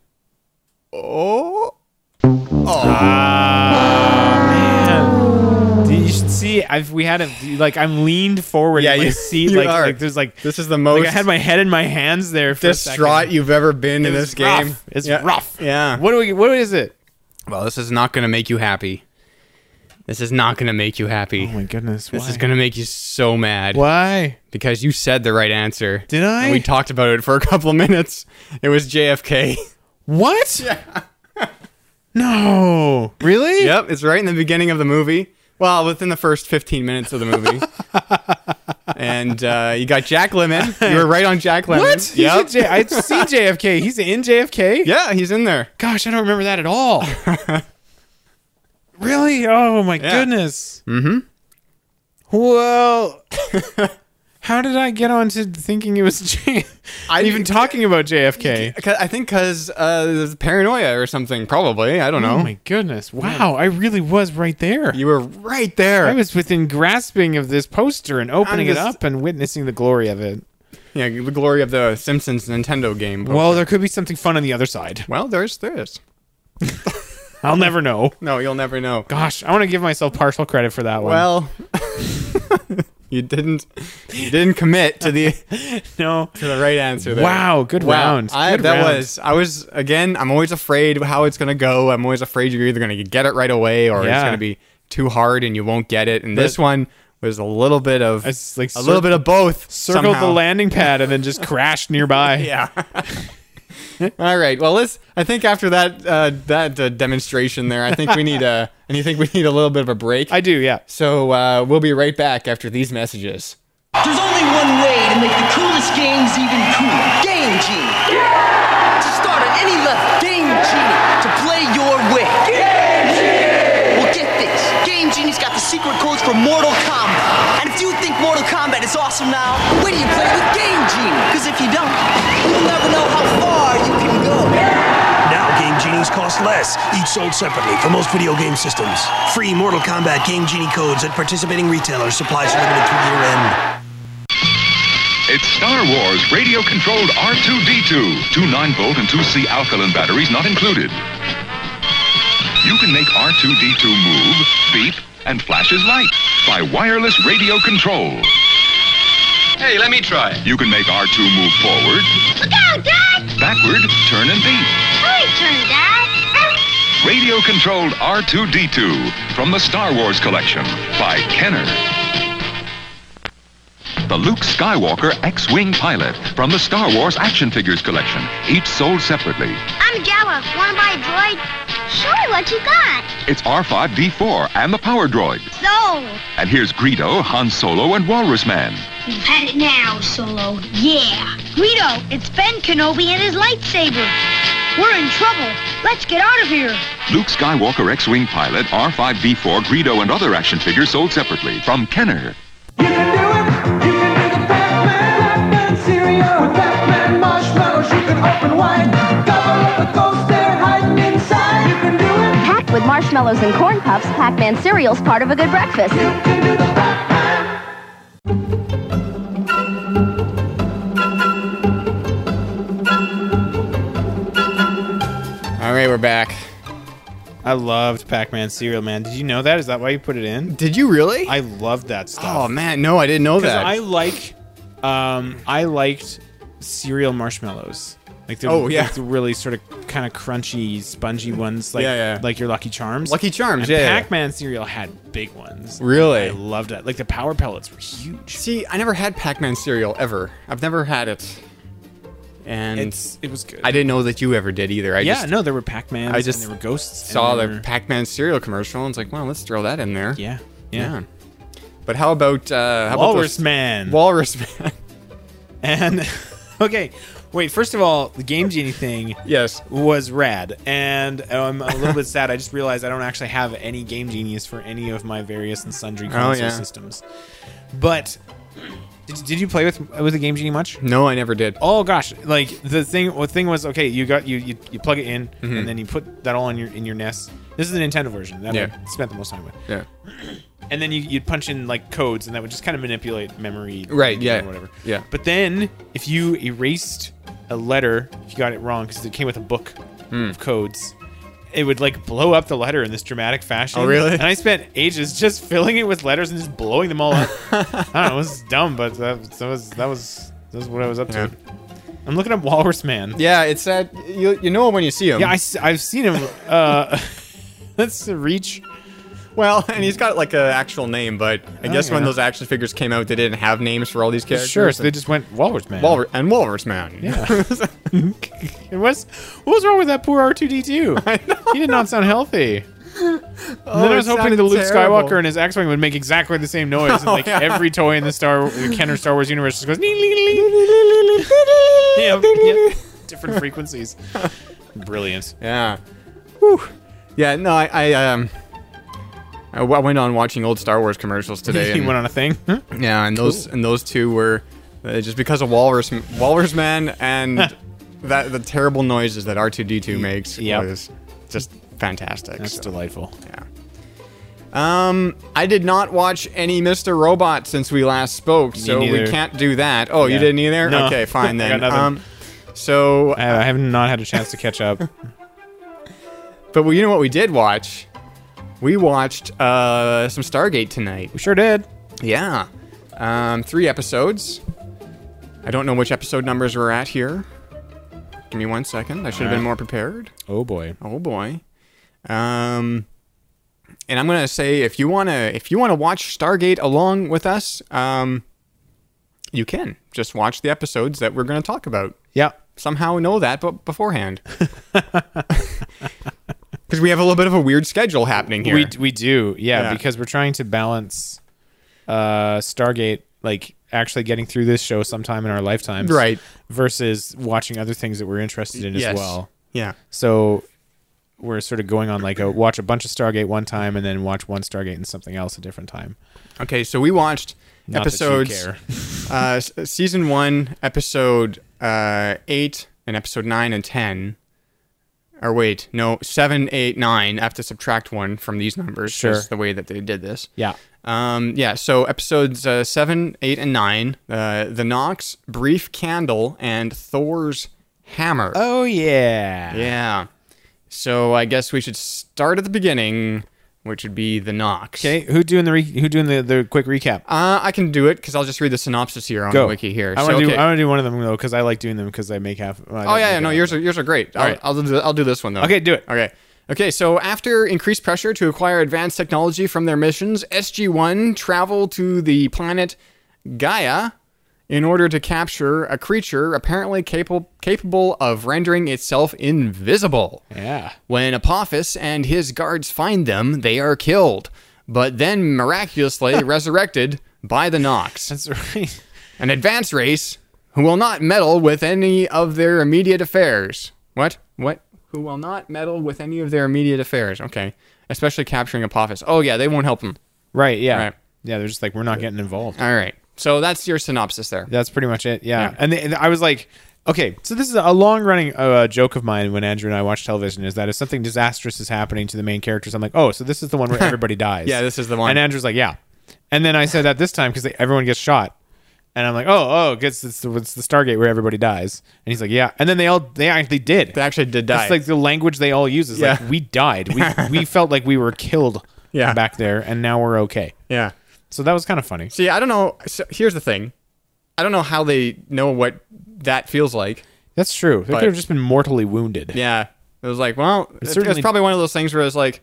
Oh. Ah, Man. Dude, you should see if we had a like I'm leaned forward Yeah, in my you- seat you like, are. like there's like This is the most like I had my head in my hands there for a distraught second. you've ever been in It this was game. rough. It's yeah. rough. Yeah. What do we what is it? Well, this is not going to make you happy. This is not going to make you happy. Oh my goodness. this why? is going to make you so mad Why? because you said the right answer. Did I? And we talked about it for a couple of minutes. It was JFK. What? no. Really? yep, it's right in the beginning of the movie. Well, within the first 15 minutes of the movie. and uh, you got Jack Lemon. You were right on Jack Lemon. What? He's Yep. in J- I've seen JFK. He's in JFK? yeah, he's in there. Gosh, I don't remember that at all. Really? Oh my goodness. Mm-hmm. Well, how did I get onto thinking it was J? I- I even talking about JFK. 'Cause- I think because uh, there's paranoia or something, probably. I don't know. Oh my goodness! Wow, I really was right there. you were right there. I was within grasping of this poster and opening it just- up and witnessing the glory of it. yeah, the glory of the Simpsons Nintendo game. Well, there could be something fun on the other side. well, there's this. I'll never know. No, you'll never know. Gosh, I want to give myself partial credit for that one. Well, you didn't. You didn't commit to the no. to the right answer. There. Wow, good round. I, Good that round. was. I was again. I'm always afraid how it's gonna go. I'm always afraid you're either gonna get it right away or it's Yeah. gonna be too hard and you won't get it. And this one was a little bit of It's like a cir- little bit of both. circled somehow. the landing pad and then just crashed nearby. Yeah. All right. Well, let's. I think after that uh, that uh, demonstration there, I think we need a. And you think we need a little bit of a break? I do, yeah. so uh, we'll be right back after these messages. There's only one way to make the coolest games even cooler. Game Genie. To start at any level, Game Genie. To play your way. Game Genie. Well, get this. Game Genie's got the secret codes for Mortal Kombat. And if you think Mortal Kombat is awesome now, wait till you play with Game Genie. Because if you don't, you'll never know how far you can go. Now Game Genies cost less, each sold separately for most video game systems. Free Mortal Kombat Game Genie codes at participating retailers. Supplies limited through year end. It's Star Wars radio controlled R2D2. Two 9 volt and two C alkaline batteries not included. You can make R2D2 move, beep, and flash his light by wireless radio control. Hey, let me try it. You can make R2 move forward, Look out, Dad! backward, turn and beep. Hurry, turn, Dad! Radio controlled R2D2 from the Star Wars collection by Kenner. The Luke Skywalker X Wing Pilot from the Star Wars Action Figures collection, each sold separately. I'm Gala. Wanna buy a droid? Sure, what you got? It's R5D4 and the Power Droid. Sold. And here's Greedo, Han Solo, and Walrus Man. You've had it now, Solo. Yeah. Guido, it's Ben Kenobi and his lightsaber. We're in trouble. Let's get out of here. Luke Skywalker X Wing Pilot, R5D4, Greedo, and other action figures sold separately from Kenner. Packed with marshmallows and corn puffs, Pac-Man cereal's part of a good breakfast. All right, we're back. I loved Pac Man cereal, man. Did you know that? Is that why you put it in? Did you really? I loved that stuff. oh man, no, I didn't know Because that. I like, um, I liked cereal marshmallows. Like the, Oh, yeah. like the really sort of kind of crunchy, spongy ones, like Yeah, yeah. like your Lucky Charms. Lucky Charms, And yeah, yeah. Pac-Man cereal had big ones. Really? I loved that. Like the Power Pellets were huge. See, I never had Pac-Man cereal ever. I've never had it, and It's it was good. I didn't know that you ever did either. I yeah, just no, there were Pac-Man. I just and there were ghosts. and saw there the were- Pac-Man cereal commercial and was like, well, let's throw that in there. yeah, Yeah. yeah. But how about uh, how Walrus about Man. those- Walrus Man. and okay, wait. First of all, the Game Genie thing. yes. was rad, and um, I'm a little bit sad. I just realized I don't actually have any Game Genius for any of my various and sundry console Oh, yeah. systems. But did, did you play with with the Game Genie much? No, I never did. Oh gosh, like the thing. The thing was okay. You got you you, you plug it in, Mm-hmm. and then you put that all in your in your NES. This is the Nintendo version that Yeah. I spent the most time with. Yeah. And then you, you'd punch in like codes, and that would just kind of manipulate memory. Right, or yeah, Whatever. yeah. But then if you erased a letter, if you got it wrong, because it came with a book Hmm. of codes, it would like blow up the letter in this dramatic fashion. Oh, really? And I spent ages just filling it with letters and just blowing them all up. I don't know. It was dumb, but that, that was that was that was what I was up to. I'm looking up Walrus Man. Yeah, it's that you you know him when you see him. Yeah, I, have seen him. Uh, that's the reach. well, and he's got like an actual name, but I guess when Oh, yeah. those action figures came out, they didn't have names for all these characters. Sure, so they just went Walrus Man. Walrus and Walrus Man. Yeah. and what's what was wrong with that poor R two D two? He did not sound healthy. and then Oh, it I was hoping sounded the Luke terrible. Oh, Skywalker and his X wing would make exactly the same noise, and like every toy in the Star the Kenner Star Wars universe just goes. yeah, yeah, different frequencies. Brilliant. Yeah. Whew. Yeah, no, I, I um I w- I went on watching old Star Wars commercials today. he and- Hmm? went on a thing. Yeah, and those and those two were uh, just because of Walrus Walrus Man and that the terrible noises that R two D two makes Yep. was just fantastic. That's so, delightful. yeah. Um, I did not watch any Mr. Robot since we last spoke, so we neither. can't do that. Oh, you Yeah. didn't either. No. Okay, fine I then. got nothing. um, so, I, I have not had a chance to catch up. but we, you know what we did watch? We watched uh some Stargate tonight. we sure did. Yeah. Um, three episodes. I don't know which episode numbers we're at here. Give me one second. I should have been more prepared. Oh boy. Oh boy. Um, and I'm gonna say if you wanna if you wanna watch Stargate along with us, um, you can just watch the episodes that we're gonna talk about. Yeah. Somehow know that, but beforehand, because we have a little bit of a weird schedule happening here. We we do. Yeah, Yeah. because we're trying to balance uh Stargate like actually getting through this show sometime in our lifetimes Right. versus watching other things that we're interested in Yes. as well. Yeah. So we're sort of going on like a watch a bunch of Stargate one time and then watch one Stargate and something else a different time. Okay, so we watched Not that you episodes, care. uh, s- season one, episode uh, eight, and episode nine and ten. Or wait, no, seven, eight, nine. I have to subtract one from these numbers. Sure. just the way that they did this. Yeah. Um, yeah. So episodes uh, seven, eight, and nine: uh, the Knox, brief candle, and Thor's hammer. Oh yeah. Yeah. So I guess we should start at the beginning, which would be the Knox. Okay, who doing the re- who doing the, the quick recap? Uh, I can do it because I'll just read the synopsis here on Go the wiki here. I So, want to do. okay. I want to do one of them though because I like doing them because I make half. uh, Oh yeah, yeah, no, yours are yours are great. I'll, right. I'll, do, the- I'll do this one though. Okay, do it. Okay. Okay, so after increased pressure to acquire advanced technology from their missions, SG-1 travel to the planet Gaia in order to capture a creature apparently capable capable of rendering itself invisible. Yeah. When Apophis and his guards find them, they are killed, but then miraculously resurrected by the Nox That's right. an advanced race who will not meddle with any of their immediate affairs. What? What? Who will not meddle with any of their immediate affairs? Okay, especially capturing Apophis. Oh yeah, they won't help him. Right. Yeah. Right. Yeah. They're just like we're not getting involved. All right. So that's your synopsis there. That's pretty much it. Yeah. And, they, and I was like, okay, so this is a long running uh, joke of mine when Andrew and I watch television is that if something disastrous is happening to the main characters, I'm like, oh, so this is the one where everybody dies. Yeah, this is the one. And Andrew's like, yeah. And then I said that this time because everyone gets shot. And I'm like, oh, oh, guess it's the, it's the Stargate where everybody dies. And he's like, yeah. And then they all they actually did. They actually did die. That's like the language they all use is Yeah. like we died. We we felt like we were killed Yeah. back there, and now we're okay. yeah. So that was kind of funny. See, I don't know. So here's the thing. I don't know how they know what that feels like. That's true. They But- could have just been mortally wounded. Yeah. It was like, well, it's, it's certainly- probably one of those things where it's like,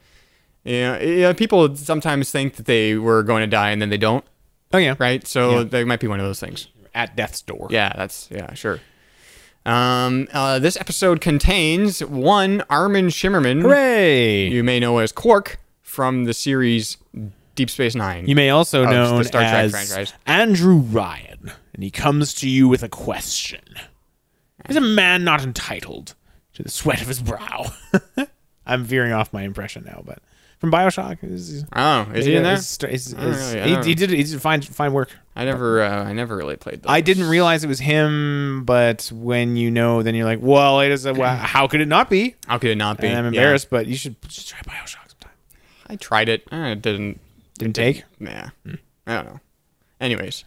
you know, yeah, people sometimes think that they were going to die and then they don't, Oh yeah. right? So Yeah. they might be one of those things. At death's door. Yeah, that's yeah, sure. Um, uh, this episode contains one Armin Shimmerman, Hooray! You, you may know as Quark from the series Deep Space Nine. may also Oh, the know Star Trek as franchise. Andrew Ryan, and he comes to you with a question. Is a man not entitled to the sweat of his brow? I'm veering off my impression now, but from Bioshock, is, is, oh, is he in there? is- is- I don't is- really- I he, don't- he did he did fine fine work. I never, uh, I never really played. Those. I didn't realize it was him, but when you know, then you're like, well, it is. A, well, how could it not be? How could it not be? And I'm Yeah. embarrassed, but you should just try Bioshock sometime. I tried it. I didn't. Didn't take. Nah, I don't know. Anyways,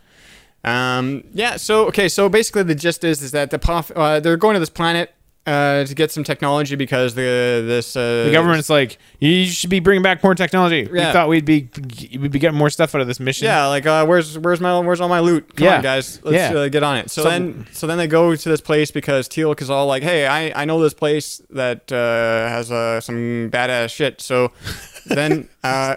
um, yeah. So okay, so basically the gist is is that the Poff, uh, they're going to this planet uh, to get some technology because the this uh, The government's like, you should be bringing back more technology. Yeah. We thought we'd be we'd be getting more stuff out of this mission. Yeah, like uh, where's where's my where's all my loot? Come Yeah. on, guys, let's Yeah. uh, get on it. So, So- then so then they go to this place because Teal'c is all like, hey, I, I know this place that uh, has uh, some badass shit. So then uh,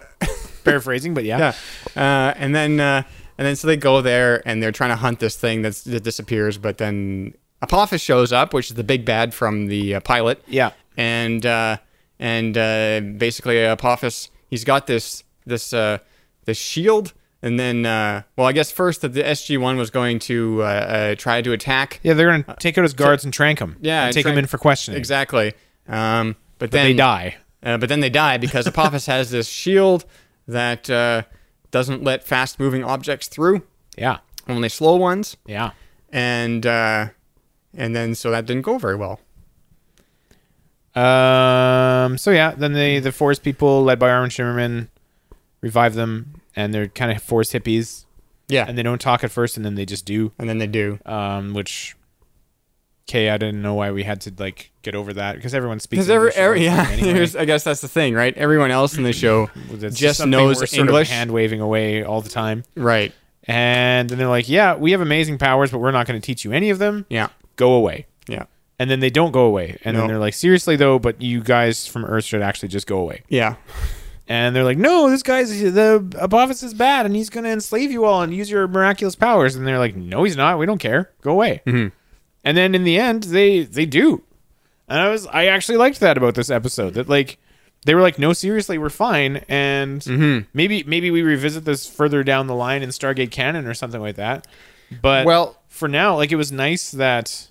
Paraphrasing, but yeah. yeah, uh, and then uh, and then so they go there and they're trying to hunt this thing that's, that disappears, but then Apophis shows up, which is the big bad from the uh, pilot. Yeah. and uh, and uh, basically Apophis, he's got this this uh, this shield. And then, uh, well, I guess first that the SG One was going to uh, uh, try to attack. Yeah, they're gonna take out his guards and trank him. Uh, Yeah, and take try- him in for questioning. exactly. Um, but, then They die. uh, but then they die because Apophis has this shield that uh, doesn't let fast moving objects through, Yeah. only slow ones. Yeah. And uh, and then so that didn't go very well. Um. So yeah, then the the forest people, led by Armin Shimmerman, revive them, and they're kind of forest hippies, Yeah. and they don't talk at first, and then they just do. and then they do. Um. Which, okay, I didn't know why we had to like get over that because everyone speaks. Because every, English in every this yeah, thing anyway. there's- I guess that's the thing, right? Everyone else in the show That's just something knows we're sort of English, hand waving away all the time. right? And then they're like, "Yeah, we have amazing powers, but we're not going to teach you any of them. Yeah, Go away." yeah, And then they don't go away. And No. then they're like, "Seriously though, but you guys from Earth should actually just go away." yeah, And they're like, "No, this guy's the Apophis is bad, and he's going to enslave you all and use your miraculous powers." And they're like, "No, he's not. We don't care. Go away." Mm-hmm. And then in the end, they they do. And I was I actually liked that about this episode that like they were like, "No, seriously, we're fine." And Mm-hmm. maybe maybe we revisit this further down the line in Stargate Canon or something like that. But Well- for now, like it was nice that.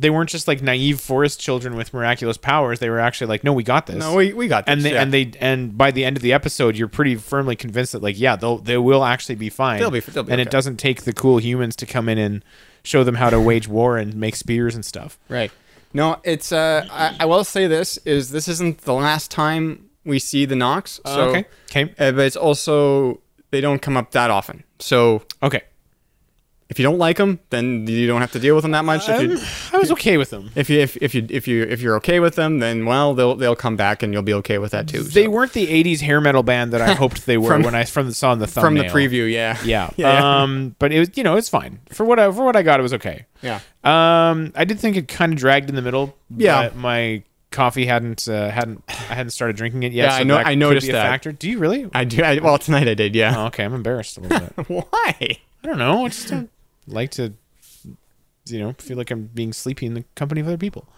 They weren't just like naive forest children with miraculous powers. They were actually like, no, we got this No, we, we got this. and they, yeah. and they and by the end of the episode, you're pretty firmly convinced that like yeah, they'll they will actually be fine. They'll be- they'll be and okay. it doesn't take the cool humans to come in and show them how to wage war and make spears and stuff. right. No, it's. Uh, I, I will say this is this isn't the last time we see the Knox. So, okay. Okay. uh, but it's also they don't come up that often. So Okay, if you don't like them, then you don't have to deal with them that much. if you I was okay with them. if you if, if you if you if you're okay with them, then well they'll they'll come back and you'll be okay with that too. They So, weren't the '80s hair metal band that I hoped they were From- when I from the, saw in the from thumbnail. the preview, yeah, Yeah. yeah, Um. But it was you know it's fine for what I, for what I got it was okay. yeah. Um. I did think it kind of dragged in the middle. Yeah. but my coffee hadn't uh, hadn't I hadn't started drinking it yet. Yeah, I so know- that I could noticed be a that. Factor. Do you really? I do. I, well, tonight I did. Oh, Yeah. okay, I'm embarrassed a little bit. Why? I don't know. I just don't like to, you know, feel like I'm being sleepy in the company of other people.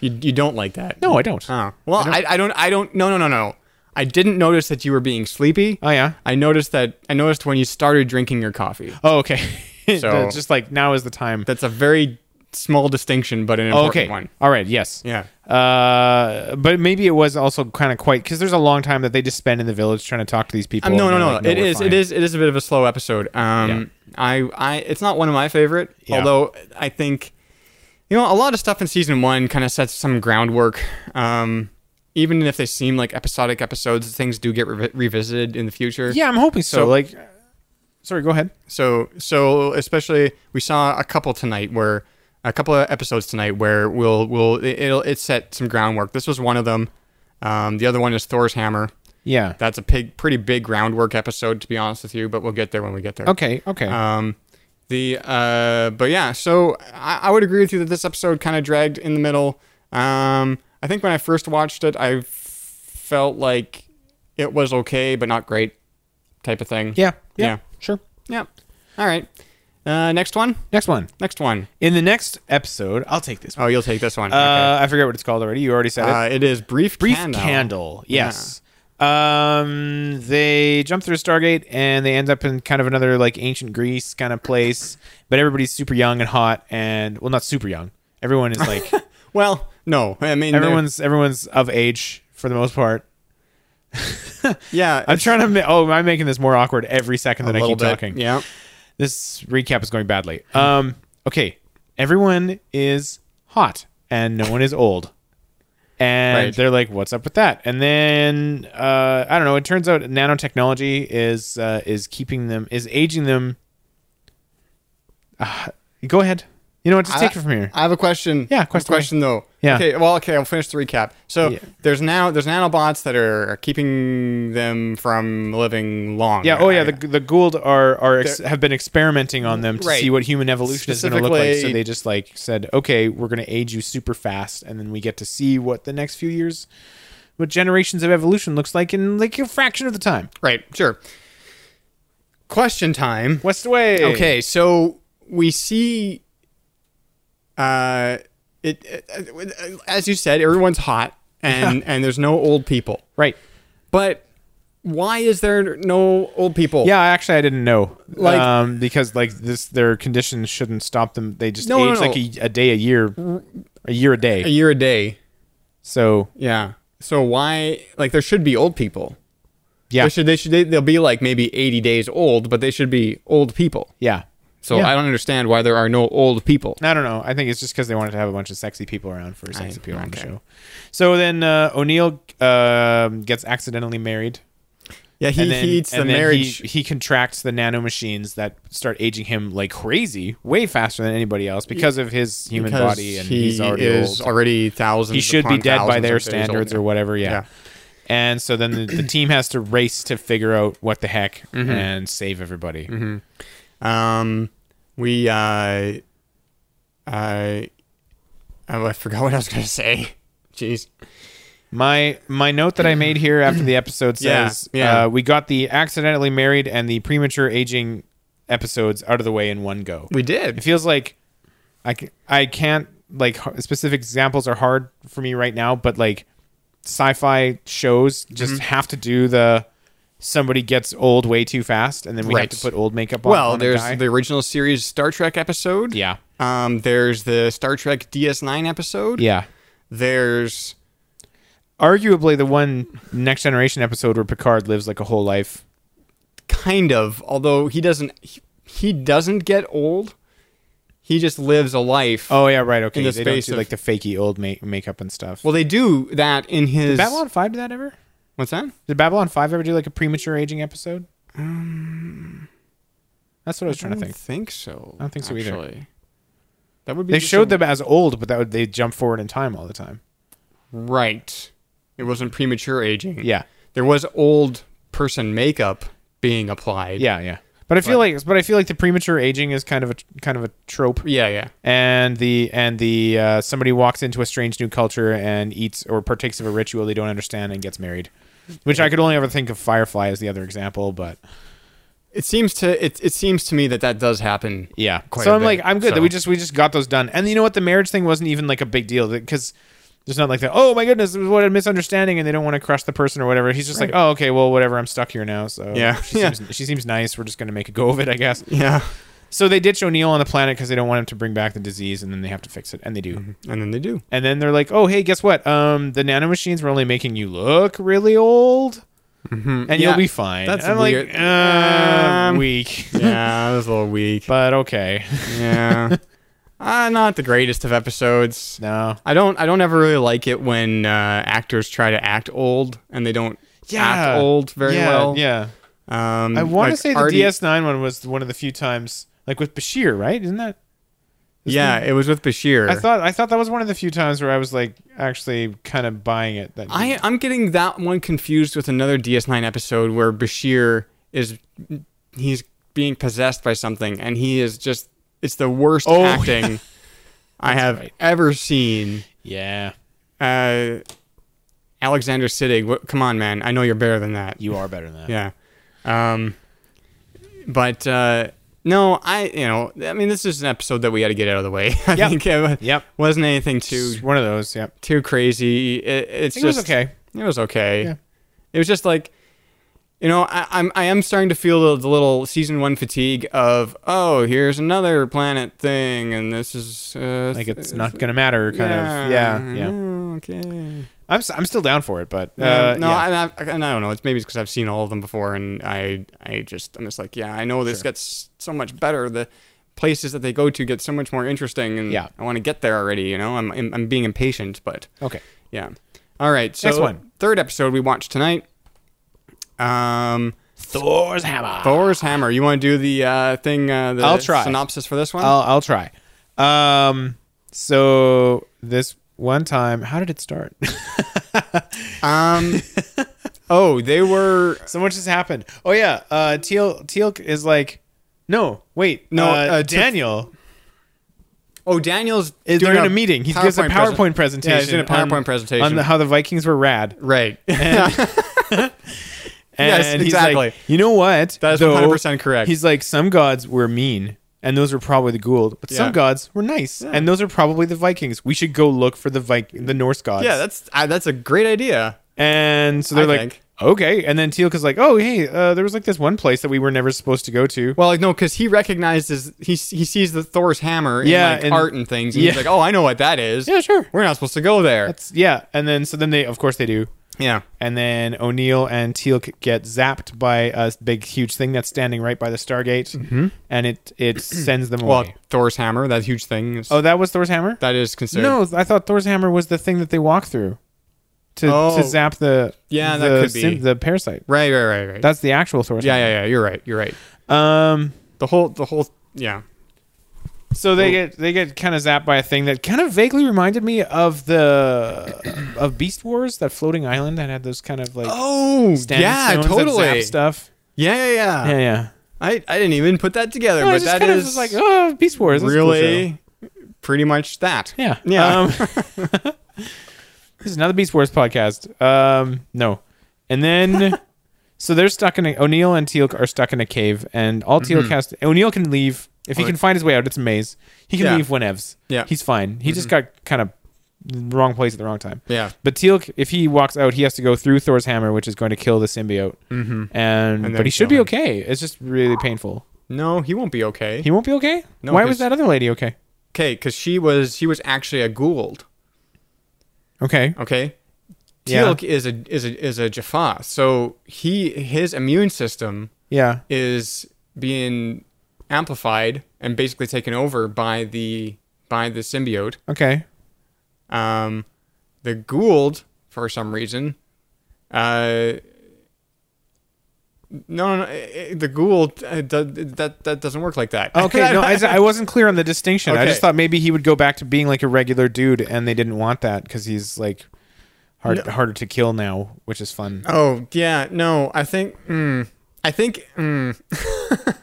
You, you don't like that? No, I don't. Oh. Well, I, I don't. I don't. No, no, no, no. I didn't notice that you were being sleepy. Oh yeah. I noticed that. I noticed when you started drinking your coffee. Oh okay. So- So just like now is the time. That's a very small distinction, but an important Okay. one. All right. Yes. Yeah. Uh, but maybe it was also kind of quite because there's a long time that they just spend in the village trying to talk to these people. Um, no, and no, they're no. like, it we're is. It fine." is. It is a bit of a slow episode. Um, I, I, it's not one of my favorite. Yeah. Although I think, you know, a lot of stuff in season one kind of sets some groundwork. Um, even if they seem like episodic episodes, things do get revi- revisited in the future. Yeah, I'm hoping so. So- like, sorry. Go ahead. So so especially we saw a couple tonight where a couple of episodes tonight where we'll we'll it- it'll it set some groundwork. This was one of them. Um, the other one is Thor's hammer. Yeah. That's a pig, pretty big groundwork episode to be honest with you, but we'll get there when we get there. okay. Okay. Um, the uh, but yeah, so I, I would agree with you that this episode kind of dragged in the middle. Um, I think when I first watched it, I f- felt like it was okay, but not great, type of thing. yeah. Yeah. yeah. Sure. Yeah. All right. Uh, next one. Next one. Next one. In the next episode, I'll take this. One. Oh, you'll take this one. Uh, I forget what it's called already. You already said okay. it. Uh, it is brief. brief candle. candle. Yes. Um, they jump through Stargate and they end up in kind of another like ancient Greece kind of place, but everybody's super young and hot and well, not super young. Everyone is like Well, no. I mean, they're- everyone's everyone's of age for the most part. Yeah. I'm trying to. Ma- oh, I'm making this more awkward every second that I keep talking. Yeah. This recap is going badly. Um. Okay. Everyone is hot and no one is old. and Right. they're like, "What's up with that?" And then uh, I don't know. It turns out nanotechnology is uh, is keeping them is aging them. Uh, go ahead. You know what? Just take it from here. I have a question. Yeah, I have a question away. question though. Yeah. Okay. Well, okay. I'll finish the recap. So Yeah. there's now there's nanobots that are keeping them from living long. yeah. Oh yeah. I- The, the Gould are are ex- have been experimenting on them to Right. see what human evolution is going to look like. So Specifically- they just like said, "Okay, we're going to age you super fast," and then we get to see what the next few years, what generations of evolution looks like in like a fraction of the time. right. Sure. Question time. West away. Okay, so we see, uh, it, it as you said, everyone's hot, and and there's no old people. Right. But why is there no old people? Yeah, actually, I didn't know. Like- Like, um, because like this, their conditions shouldn't stop them. They just No, no, age no. like a, a day a year, a year a a day. year a day. So Yeah. So why? Like there should be old people. Yeah. They should, they should, they, they'll be like maybe 80 days old, but they should be old people. Yeah. So Yeah. I don't understand why there are no old people. I don't know. I think it's just because they wanted to have a bunch of sexy people around for sexy people on the okay. show. So then uh, O'Neill um gets accidentally married. Yeah, he, and then, he eats the and then marriage. He, he contracts the nanomachines that start aging him like crazy, way faster than anybody else because of his human because body, and he he's already is old. already thousands. he should be upon dead by thousands their of days old, standards yeah. or whatever. Yeah. Yeah. And so then the, the team has to race to figure out what the heck Mm-hmm. and save everybody. Um, we uh, I I oh, I forgot what I was gonna say. Jeez. My my note that I made here after the episode Yeah, says yeah. Uh, we got the accidentally married and the premature aging episodes out of the way in one go. We It did. feels like I c- I can't like h- specific examples are hard for me right now, but like sci-fi shows Mm-hmm. just have to do the somebody gets old way too fast and then we Right. have to put old makeup on. Well, on a there's guy. the original series Star Trek episode. yeah. Um, there's the Star Trek DS9 episode. Yeah. There's Arguably the one next generation episode where Picard lives like a whole life. kind of, although he doesn't he, he doesn't get old. He just lives a life. Oh yeah, right. Okay, In the they don't space do of- like the fakey old ma- makeup and stuff. Well, they do that in his did Babylon Five do that ever? What's that? Did Babylon Five ever do like a premature aging episode? That's what I was trying to think. Um, think so. I don't think so either. That would be They just showed a- them as old, but that would they jump forward in time all the time. Right. It wasn't premature aging. Yeah. There was old person makeup being applied. Yeah, yeah. But I feel like, but I feel like the premature aging is kind of a kind of a trope. Yeah, yeah. And the and the uh, somebody walks into a strange new culture and eats or partakes of a ritual they don't understand and gets married, which I could only ever think of Firefly as the other example. But It seems to it, it seems to me that that does happen. Yeah. Quite so a I'm like, bit, I'm good that so- we just we just got those done. And you know what? The marriage thing wasn't even like a big deal because there's not like that. Oh my goodness, what a misunderstanding, and they don't want to crush the person or whatever. He's just like, oh okay, well whatever. I'm stuck here now. So Yeah. she, Yeah. Seems, she seems nice. We're just gonna make a go of it, I guess. Yeah. So they ditch O'Neill on the planet because they don't want him to bring back the disease, and then they have to fix it, and they do. And then they do. And then they're like, oh hey, guess what? Um, the nanomachines were only making you look really old. And Mm-hmm. Yeah. you'll be fine. That's I'm weird. like, uh, Um, weak, Yeah, that was a little weak. but okay. yeah. Uh, not the greatest of episodes. No, I don't I don't ever really like it when uh, actors try to act old and they don't act old very Yeah, well. Yeah. Um, I want to like say the Artie- DS9 one was one of the few times, like with Bashir, right? Isn't that? Yeah, it was with Bashir. I thought I thought that was one of the few times where I was like actually kind of buying it. That I, I'm getting that one confused with another DS9 episode where Bashir is he's being possessed by something and he is just it's the worst Oh, yeah. acting I have right. ever seen. yeah, Uh, Alexander Siddig, wh- come on, man! I know you're better than that. you are better than that. Yeah. Um, but uh, no, I you know I mean this is an episode that we had to get out of the way. I Yep. think it wa- Yep. wasn't anything too It's one of those. Yep. too crazy. It, it's It was just okay. It was okay. Yeah. It was just like, you know, I, I'm I am starting to feel the, the little season one fatigue of oh here's another planet thing and this is uh, Like it's not gonna matter, kind of. Yeah, Mm-hmm. yeah. okay. I'm s- I'm still down for it, but uh, Uh, no, yeah. I, I, and I don't know. It's maybe because I've seen all of them before, and I, I just, I'm just like, yeah, I know this gets so much better. The places that they go to get so much more interesting, and Yeah. I want to get there already. You know, I'm, I'm, I'm being impatient, but okay. yeah. All right. So Oh. Next one. Third episode we watched tonight. Um, Thor's hammer. Thor's hammer. You want to do the uh, thing? Uh, the I'll try. synopsis for this one. I'll I'll try. Um. So this one time, how did it start? um. oh, they were So much has happened. Oh yeah, uh, Teal Teal is like, no, wait, No, uh, uh, T- Daniel. Oh, Daniel's is They're in a meeting. He gives a PowerPoint presentation. Yeah, he's doing a on- PowerPoint presentation on the, how the Vikings were rad. right. And Yes, he's exactly. Like, you know what? That is though?" 100% correct. He's like, some gods were mean, and those are probably the Gould, but Yeah. some gods were nice, and those are probably the Vikings. We should go look for the Vik- the Norse gods. yeah, that's uh, that's a great idea. and so they're I like. think. Okay, and then Teal'c is like, "Oh, hey, uh, there was like this one place that we were never supposed to go to." Well, like, no, because he recognizes he he sees the Thor's hammer in Yeah, like and- art and things, and yeah. he's like, "Oh, I know what that is." Yeah, sure. We're not supposed to go there. That's yeah, and then so then they of course they do. Yeah. and then O'Neill and Teal c- get zapped by a big huge thing that's standing right by the Stargate, and it it sends them away. Mm-hmm. Well, Thor's hammer, that huge thing. Is, oh, that was Thor's hammer. that is considered. no, I thought Thor's hammer was the thing that they walk through to Oh. to zap the Yeah, the, that could be. the parasite. Right, right, right, right. That's the actual Thor's. yeah, yeah, yeah. You're right. You're right. yeah. Um. The whole, the whole, yeah. So they get they get kind of zapped by a thing that kind of vaguely reminded me of the of Beast Wars, that floating island that had those kind of like Oh, standing yeah, stones that totally. zap stuff. Yeah, yeah, yeah. Yeah, yeah. I, I didn't even put that together, No, I but just that kind of is was like oh Beast Wars. that's a cool show. really pretty much that. yeah Yeah. Um, this is another Beast Wars podcast. Um, no, and then so they're stuck in a, O'Neill and Teal are stuck in a cave, and all Teal Mm-hmm. cast O'Neill can leave if he Or- can find his way out. It's a maze. He can Yeah. leave whenevs. Yeah. Mm-hmm. he's fine. He just got kind of wrong place at the wrong time. Yeah. but Teal, if he walks out, he has to go through Thor's hammer, which is going to kill the symbiote. Mm-hmm. And, then but he should kill be him. okay. It's just really painful. No, he won't be okay. He won't be okay. No, Why was 'cause- that other lady okay? okay, because she was she was actually a Gould. Okay. Okay. Yeah. Teal'c is a is a is a Jaffa. So he his immune system Yeah. is being amplified and basically taken over by the by the symbiote. Okay. Um, the Gould, for some reason, uh, no, no, no, eh, eh, the Gould uh, do, that that doesn't work like that. Okay, no, I, I wasn't clear on the distinction. I Okay. just thought maybe he would go back to being like a regular dude, and they didn't want that because he's like hard, harder to kill now, which is fun. oh yeah, no, I think, mm, I think, mm,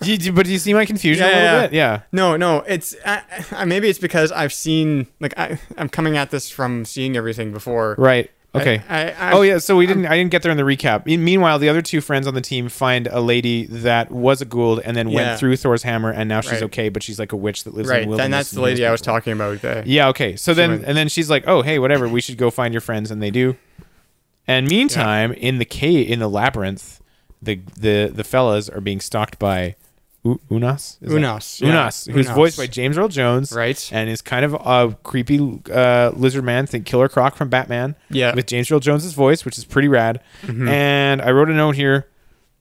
You- you- but do you see my confusion yeah, a little yeah, bit? Yeah. no, no, it's I, I, maybe it's because I've seen like I I'm coming at this from seeing everything before, Right. Okay. I- I- oh yeah. So we didn't. I didn't get there in the recap. Me- Meanwhile, the other two friends on the team find a lady that was a Gould and then Yeah. went through Thor's hammer, and now she's Right. okay, but she's like a witch that lives in Right, the then wilderness. that's the and heals lady I was people. talking about. There. Yeah, okay. So then, went- and then she's like, "Oh, hey, whatever. We should go find your friends," and they do. And meantime, in the cave, in the labyrinth, the the the fellas are being stalked by U- Unas. Is that- Unas, yeah. Unas, who's Unas. voiced by James Earl Jones, Right. And is kind of a creepy uh, lizard man, think Killer Croc from Batman, Yeah. Mm-hmm. with James Earl Jones's voice, which is pretty rad. And I wrote a note here.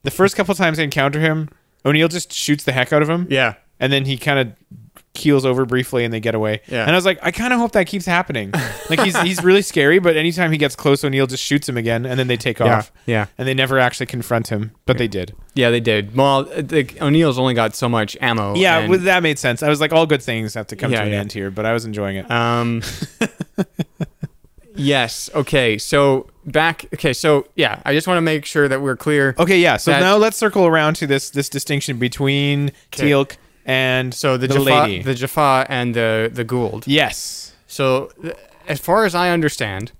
The first couple times I encounter him, O'Neill just shoots the heck out of him Yeah. and then he kind of keels over briefly and they get away. Yeah. And I was like, I kind of hope that keeps happening. Like he's he's really scary, but anytime he gets close, O'Neill just shoots him again, and then they take off. yeah. And they never actually confront him, but they did. Yeah, they did. Well, the, O'Neill's only got so much ammo. Yeah, and- well, that made sense. I was like, all good things have to come Yeah, to an yeah. end here, but I was enjoying it. Um, yes. Okay. So back. Okay. So yeah, I just want to make sure that we're clear. okay, yeah. So that- now let's circle around to this this distinction between Teal'c and So the, the Jaffa, lady. the Jaffa, and the the Gould. yes. So th- as far as I understand,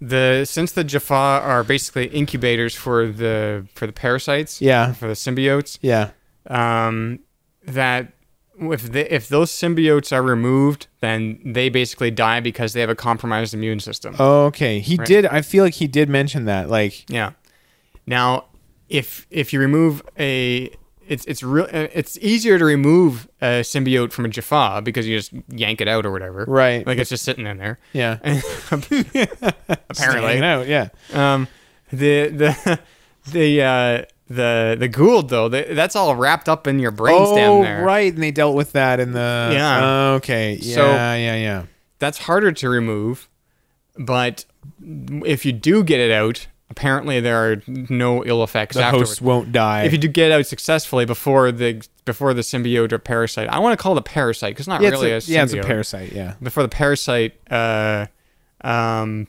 the since the Jaffa are basically incubators for the for the parasites. Yeah. For the symbiotes. Yeah. um, that if the, if those symbiotes are removed, then they basically die because they have a compromised immune system. Oh. Okay. He did. I feel like he did mention that. Like, Yeah. Now, if if you remove a it's it's real uh, it's easier to remove a symbiote from a Jaffa because you just yank it out or whatever. Right. Like it's just sitting in there. yeah. Apparently. Hanging out, yeah. Um, the the the uh, the the Gould though th that's all wrapped up in your brainstem oh, there. right, and they dealt with that in the Yeah. Okay, yeah, So- yeah, yeah. that's harder to remove. But if you do get it out, apparently there are no ill effects The afterwards. host won't die. if you do get out successfully before the before the symbiote or parasite, I want to call it a parasite because not yeah, really it's a, a, yeah, it's a symbiote. parasite. Yeah, Before the parasite uh, um,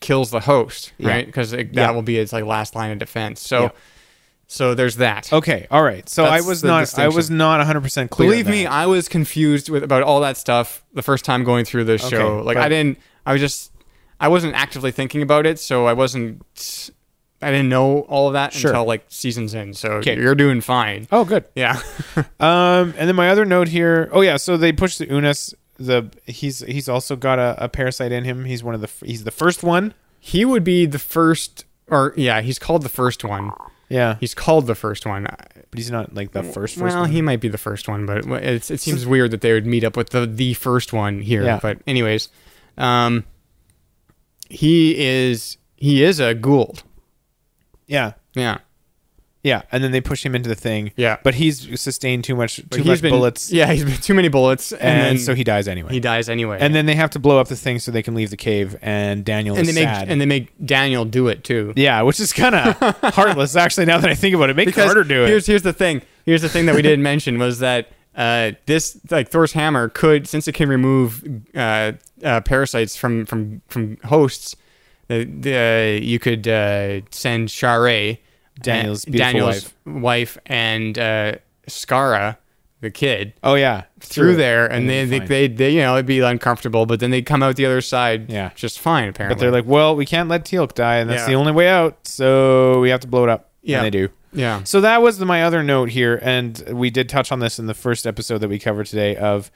kills the host, right? Because that Yeah. will be its like last line of defense. So, Yeah. so there's that. okay, all right. So That's I was the not, I was distinction. not one hundred percent clear. Believe on me, that. I was confused with about all that stuff the first time going through this Okay, show. Like I but- didn't, I was just, I wasn't actively thinking about it, so I wasn't, I didn't know all of that Sure. until like seasons in. So you're doing fine. oh, good. Yeah. Um, and then my other note here. Oh yeah, so they push the Unas. The he's he's also got a, a parasite in him. He's one of the f- he's the first one. he would be the first or yeah he's called the first one Yeah, he's called the first one but he's not like the first first well one. he might be the first one but it's, it seems weird that they would meet up with the the first one here Yeah. but anyways um he is he is a Gould. Yeah. Yeah. Yeah, and then they push him into the thing. Yeah. but he's sustained too much, But too he's much been- bullets. Yeah, he's been too many bullets, and, and, then so he dies anyway. he dies anyway. and then they have to blow up the thing so they can leave the cave. And Daniel and is they make sad. and they make Daniel do it too. yeah, which is kind of heartless. Actually, now that I think about it, make Carter do here's it. here's the thing. Here's the thing that we didn't mention was that uh, this like Thor's hammer could since it can remove uh, uh, parasites from from from hosts, uh, the, the you could uh, send Share Daniel's and- beautiful Daniel's wife, and uh, Skara the kid Oh yeah, through there, and they they'd they, be fine. they they you know it'd be uncomfortable, but then they come out the other side Yeah. just fine apparently. But they're like, well, we can't let Teal'c die, and that's Yeah. the only way out. So we have to blow it up. Yeah. and they do. yeah. So that was the, my other note here, and we did touch on this in the first episode that we covered today. Of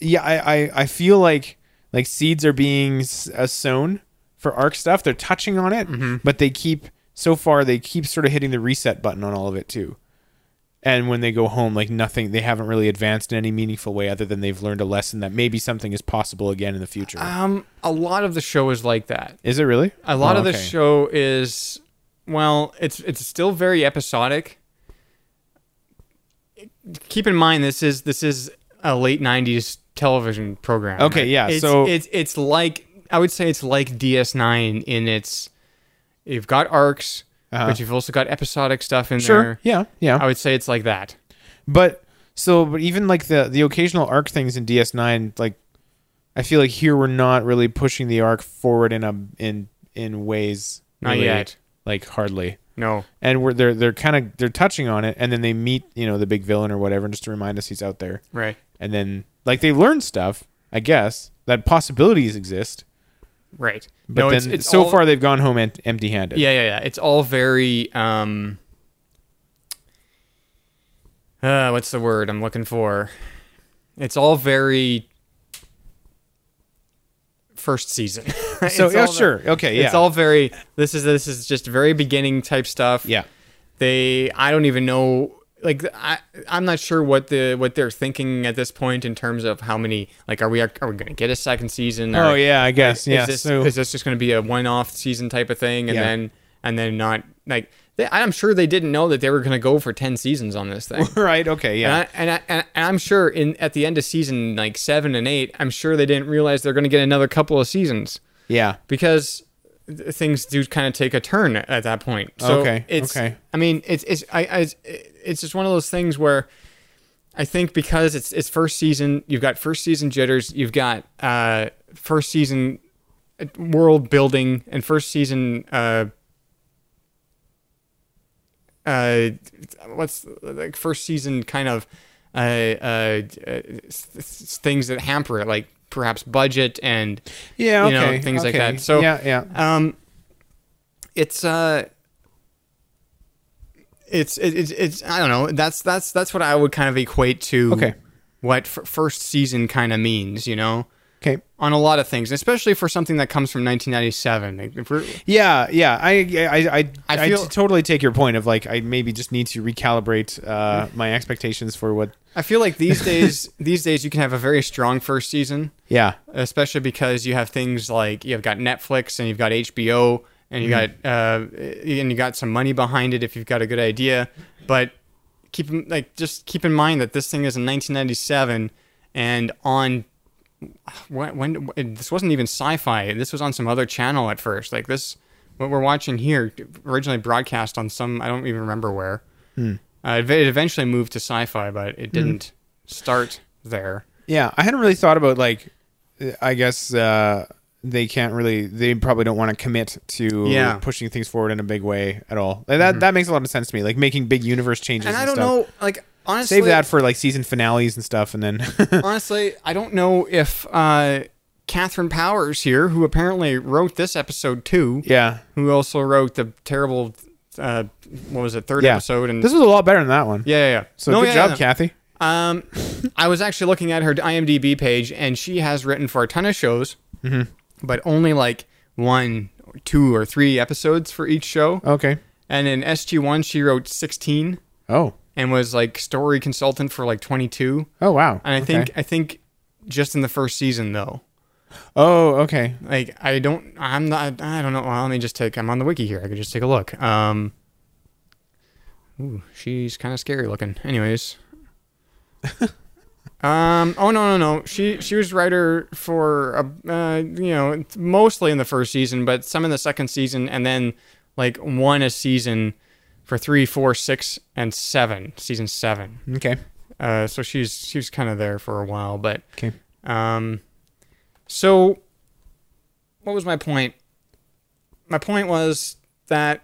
yeah, I I, I feel like like seeds are being s- uh, sown for arc stuff. They're touching on it, Mm-hmm. but they keep so far they keep sort of hitting the reset button on all of it too. And when they go home, like nothing, they haven't really advanced in any meaningful way other than they've learned a lesson that maybe something is possible again in the future. Um, a lot of the show is like that. is it really? A lot Oh, of the okay. show is well, it's it's still very episodic. Keep in mind this is this is a late '90s television program. Okay, yeah, It's, so- it's it's like I would say it's like DS9 in its. You've got arcs, but you've also got episodic stuff in Uh-huh. Sure. there. Yeah. Yeah. I would say it's like that. But so, but even like the the occasional arc things in DS9, like I feel like here we're not really pushing the arc forward in a in in ways Not really, yet. like hardly. No, And we're they're they're kind of they're touching on it, and then they meet you know the big villain or whatever, just to remind us he's out there. right? And then like they learn stuff, I guess that possibilities exist. Right. But no, then it's, it's so all- far they've gone home em- empty-handed. Yeah, yeah, yeah. It's all very um uh what's the word I'm looking for? It's all very first season. So It's yeah, all the- sure. Okay. Yeah. It's all very this is this is just very beginning type stuff. yeah. They I don't even know like I I'm not sure what the what they're thinking at this point in terms of how many like are we are, we going to get a second season? Oh Or- yeah, I guess. Yeah. is this so is this just going to be a one-off season type of thing, and Yeah. then and then not like they, I'm sure they didn't know that they were going to go for ten seasons on this thing. right. Okay. Yeah. And, I, and, I, and I'm sure in at the end of season like seven and eight, I'm sure they didn't realize they're going to get another couple of seasons yeah. because th- things do kind of take a turn at that point. So Okay, It's, okay. I mean, it's it's I, I it's just one of those things where I think because it's it's first season, you've got first season jitters, you've got uh, first season world building and first season uh, uh, what's like first season kind of uh, uh, uh, s- s- things that hamper it, like perhaps budget and Yeah, you know, okay, things like okay. that. So Yeah, yeah. Um, it's uh, it's it, it's it's I don't know. That's that's that's what I would kind of equate to. Okay. What f- first season kind of means, you know, Okay. on a lot of things, especially for something that comes from 1997. Like, if we're- Yeah, yeah. I I I, I, I feel- t- totally take your point of like I maybe just need to recalibrate uh, my expectations for what. I feel like these days, these days you can have a very strong first season. Yeah, especially because you have things like you've got Netflix and you've got HBO and you got uh, and you got some money behind it if you've got a good idea. But keep in- like just keep in mind that this thing is in 1997 and on when, when this wasn't even sci-fi. This was on some other channel at first. Like this, what we're watching here originally broadcast on some I don't even remember where. Uh, it it eventually moved to sci-fi, but it didn't start there. yeah. I hadn't really thought about like. uh, I guess uh, they can't really. They probably don't want to commit to Yeah. pushing things forward in a big way at all. Like, that that makes a lot of sense to me. Like making big universe changes. Mm-hmm. And, And I don't stuff. know, like honestly, Save that for like season finales and stuff, and then honestly, I don't know if uh, Catherine Powers here, who apparently wrote this episode too, yeah, who also wrote the terrible, uh, what was it, third yeah. episode, and this was a lot better than that one. yeah, yeah, yeah. So No, good yeah, job, yeah. Kathy. Um, I was actually looking at her IMDb page, and she has written for a ton of shows, Mm-hmm. but only like one, two, or three episodes for each show. Okay. And in SG One, she wrote sixteen Oh. and was like story consultant for like twenty two. Oh wow. And I Okay. think I think just in the first season though. Oh, okay. Like I don't, I'm not, I don't know. Well, let me just take. I'm on the wiki here. I could just take a look. Um, ooh, she's kind of scary looking. Anyways, um, oh no, no, no. She she was writer for uh, uh, you know, mostly in the first season, but some in the second season, and then like one a season for three, four, six, and seven. Season seven. Okay. Uh, so she's she was kind of there for a while, but Okay. um, so what was my point? My point was that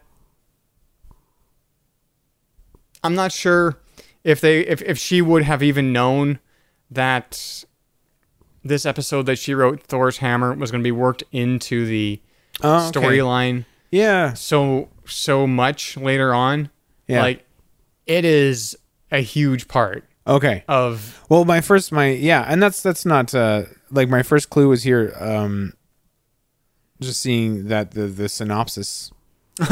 I'm not sure if they if, if she would have even known that this episode that she wrote Thor's hammer was going to be worked into the Oh, okay. storyline Yeah. so so much later on. Yeah. Like it is a huge part Okay. of Well, my first, my yeah, and that's that's not uh, like my first clue was here. Um, just seeing that the the synopsis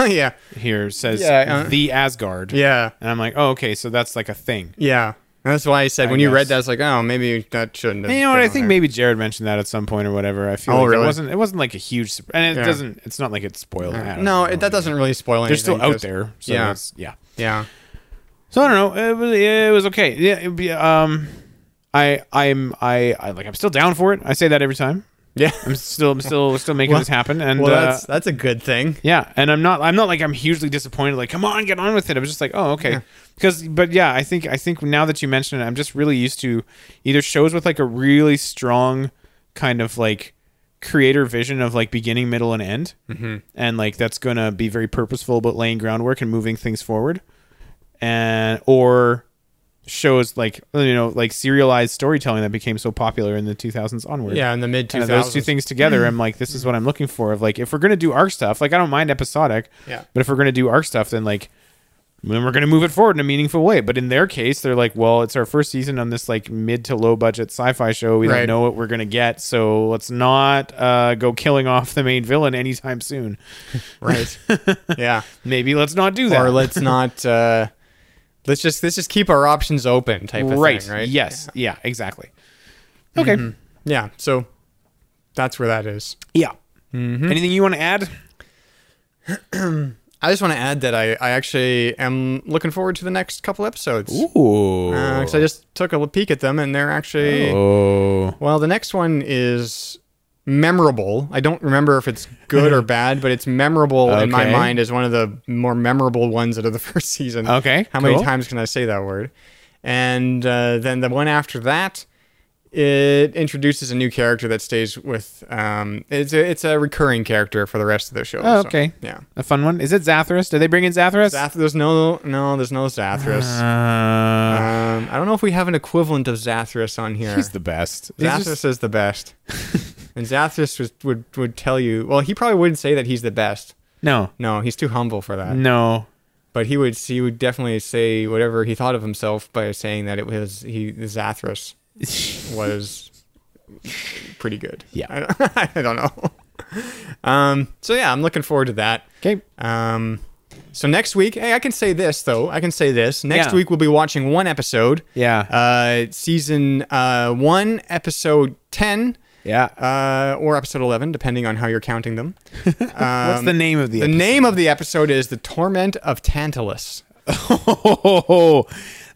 yeah. here says Yeah, uh, the Asgard. Yeah. and I'm like, oh, okay, so that's like a thing. Yeah. And that's why I said when you read guess. that, I was like, oh, maybe that shouldn't. Have You know what? been I on think there. maybe Jared mentioned that at some point or whatever. I feel Oh, like really? it wasn't it wasn't like a huge, surp- and it Yeah. doesn't. It's not like it's spoiled. I don't No, know. it, that doesn't really spoil anything. They're still out 'cause- there. So yeah. that's- yeah. Yeah. So I don't know. It was, it was okay. Yeah, it'd be, um, I I'm I, I like I'm still down for it. I say that every time. Yeah. I'm still I'm still still making Well- this happen. And well, uh, that's that's a good thing. yeah, and I'm not I'm not like I'm hugely disappointed. Like, come on, get on with it. I was just like, oh okay, because but yeah, I think I think now that you mention it, I'm just really used to either shows with like a really strong kind of like creator vision of like beginning, middle, and end, mm-hmm. and like that's gonna be very purposeful about laying groundwork and moving things forward, and or shows like you know like serialized storytelling that became so popular in the 2000s onward Yeah, in the mid kind of 2000s. those two things together, I'm like, this is what I'm looking for. Of like, if we're gonna do arc stuff, like I don't mind episodic, Yeah. But if we're gonna do arc stuff, then like, then we're gonna move it forward in a meaningful way. But in their case, they're like, well, it's our first season on this like mid to low budget sci-fi show. We Right. don't know what we're gonna get, so let's not uh, go killing off the main villain anytime soon. Right. yeah. Maybe let's not do that. Or let's not. Uh, let's just let's just keep our options open, type of right, thing. Right. Yes. Yeah. exactly. Okay. Yeah. So that's where that is. Yeah. Mm-hmm. Anything you want to add? I just want to add that I, I actually am looking forward to the next couple episodes. Ooh. Because I just took a peek at them and they're actually. oh. Well, the next one is memorable. I don't remember if it's good or bad, but it's memorable in my Okay. mind as one of the more memorable ones out of the first season. Okay, How many cool. times can I say that word? And uh, then the one after that, it introduces a new character that stays with. Um, it's a, it's a recurring character for the rest of the show. Oh, so, okay. yeah. A fun one. Is it Zathras? Did they bring in Zathras? Zath- there's no no there's no Zathras. Uh, Um, I don't know if we have an equivalent of Zathras on here. he's the best. He's Zathras just- is the best. and Zathras was, would would tell you. Well, he probably wouldn't say that he's the best. no, No, he's too humble for that. no. But he would he would definitely say whatever he thought of himself by saying that it was he Zathras was pretty good. Yeah. I don't, I don't know. Um, so yeah, I'm looking forward to that. Okay. Um, so next week, hey, I can say this though. I can say this. Next Yeah. week we'll be watching one episode. Yeah. Uh, season uh one, episode ten yeah. uh, or episode 11, depending on how you're counting them. What's the name of the? The name of the episode is The Torment of Tantalus. Oh,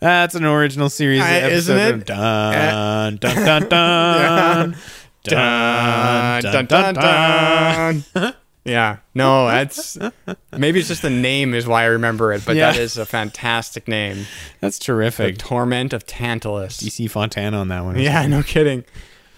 that's an original series, Uh, episode isn't it? Uh, Of dun, dun, dun, dun, dun, dun, dun, dun. dun. yeah, no, that's maybe it's just the name is why I remember it, but that Yeah. is a fantastic name. That's The terrific. Torment of Tantalus. DC Fontana on that one. Yeah, no kidding.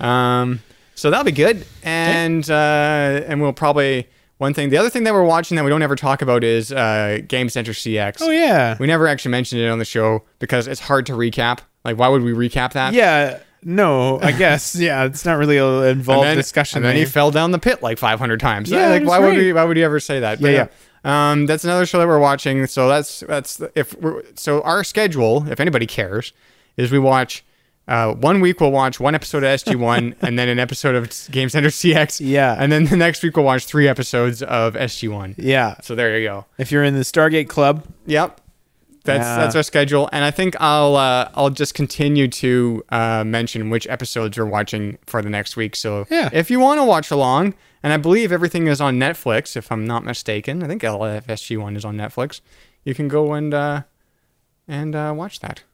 Um, so that'll be good, and uh, and we'll probably one thing. The other thing that we're watching that we don't ever talk about is uh, Game Center CX. Oh yeah. We never actually mentioned it on the show because it's hard to recap. Like, why would we recap that? Yeah. No, I guess. Yeah, it's not really an and involved then, discussion. And then he there. fell down the pit like 500 times. Yeah, like that's why would right. we? Why would you ever say that? But Yeah, Um, that's another show that we're watching. So that's that's the- if we're, so our schedule, if anybody cares, is we watch. Uh, one week we'll watch one episode of SG One, and then an episode of Game Center CX. Yeah. and then the next week we'll watch three episodes of SG One. yeah. So there you go. If you're in the Stargate Club, Yep. that's Yeah. that's our schedule, and I think I'll uh, I'll just continue to uh, mention which episodes we're watching for the next week. So Yeah. if you want to watch along, and I believe everything is on Netflix, if I'm not mistaken. I think LFSG one is on Netflix. You can go and uh, and uh, watch that.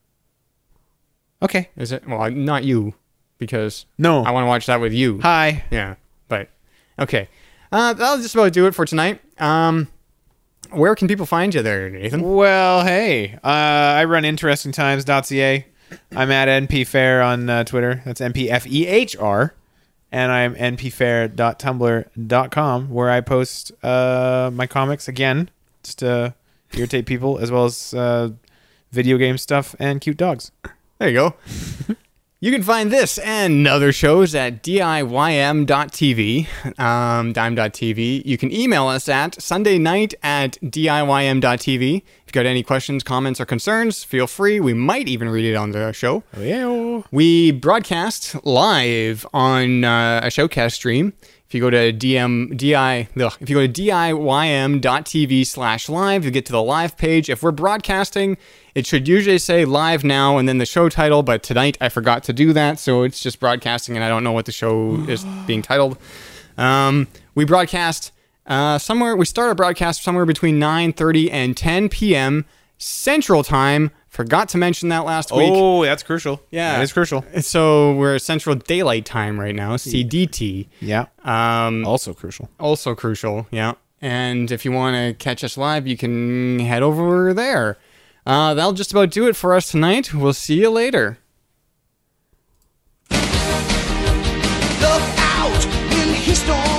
Okay. Is it? Well, not you, because No. I want to watch that with you. Hi. Yeah, but okay. Uh, that'll just about do it for tonight. Um, where can people find you there, Nathan? Well, hey, uh, I run interestingtimes.ca. I'm at npfair on uh, Twitter. That's npfehr, E and I'm npfair.tumblr.com where I post uh, my comics again, just to irritate people, as well as uh, video game stuff and cute dogs. There you go. you can find this and other shows at diym.tv, um, dime.tv. You can email us at Sunday night at diym.tv. If you've got any questions, comments, or concerns, feel free. We might even read it on the show. Yeah. We broadcast live on uh, a showcast stream. If you go to DM, DI, ugh, if you go to DIYM.tv slash live, you get to the live page. If we're broadcasting, it should usually say live now and then the show title, but tonight I forgot to do that, so it's just broadcasting and I don't know what the show is being titled. Um, we broadcast uh, somewhere. We start our broadcast somewhere between 9:30 and 10 p.m. Central Time. Forgot to mention that last week. Oh, that's crucial. Yeah. that is crucial. So we're Central Daylight Time right now, CDT. Yeah, Um, also crucial. also crucial, yeah. And if you want to catch us live, you can head over there. Uh, that'll just about do it for us tonight. We'll see you later. Look out, will he storm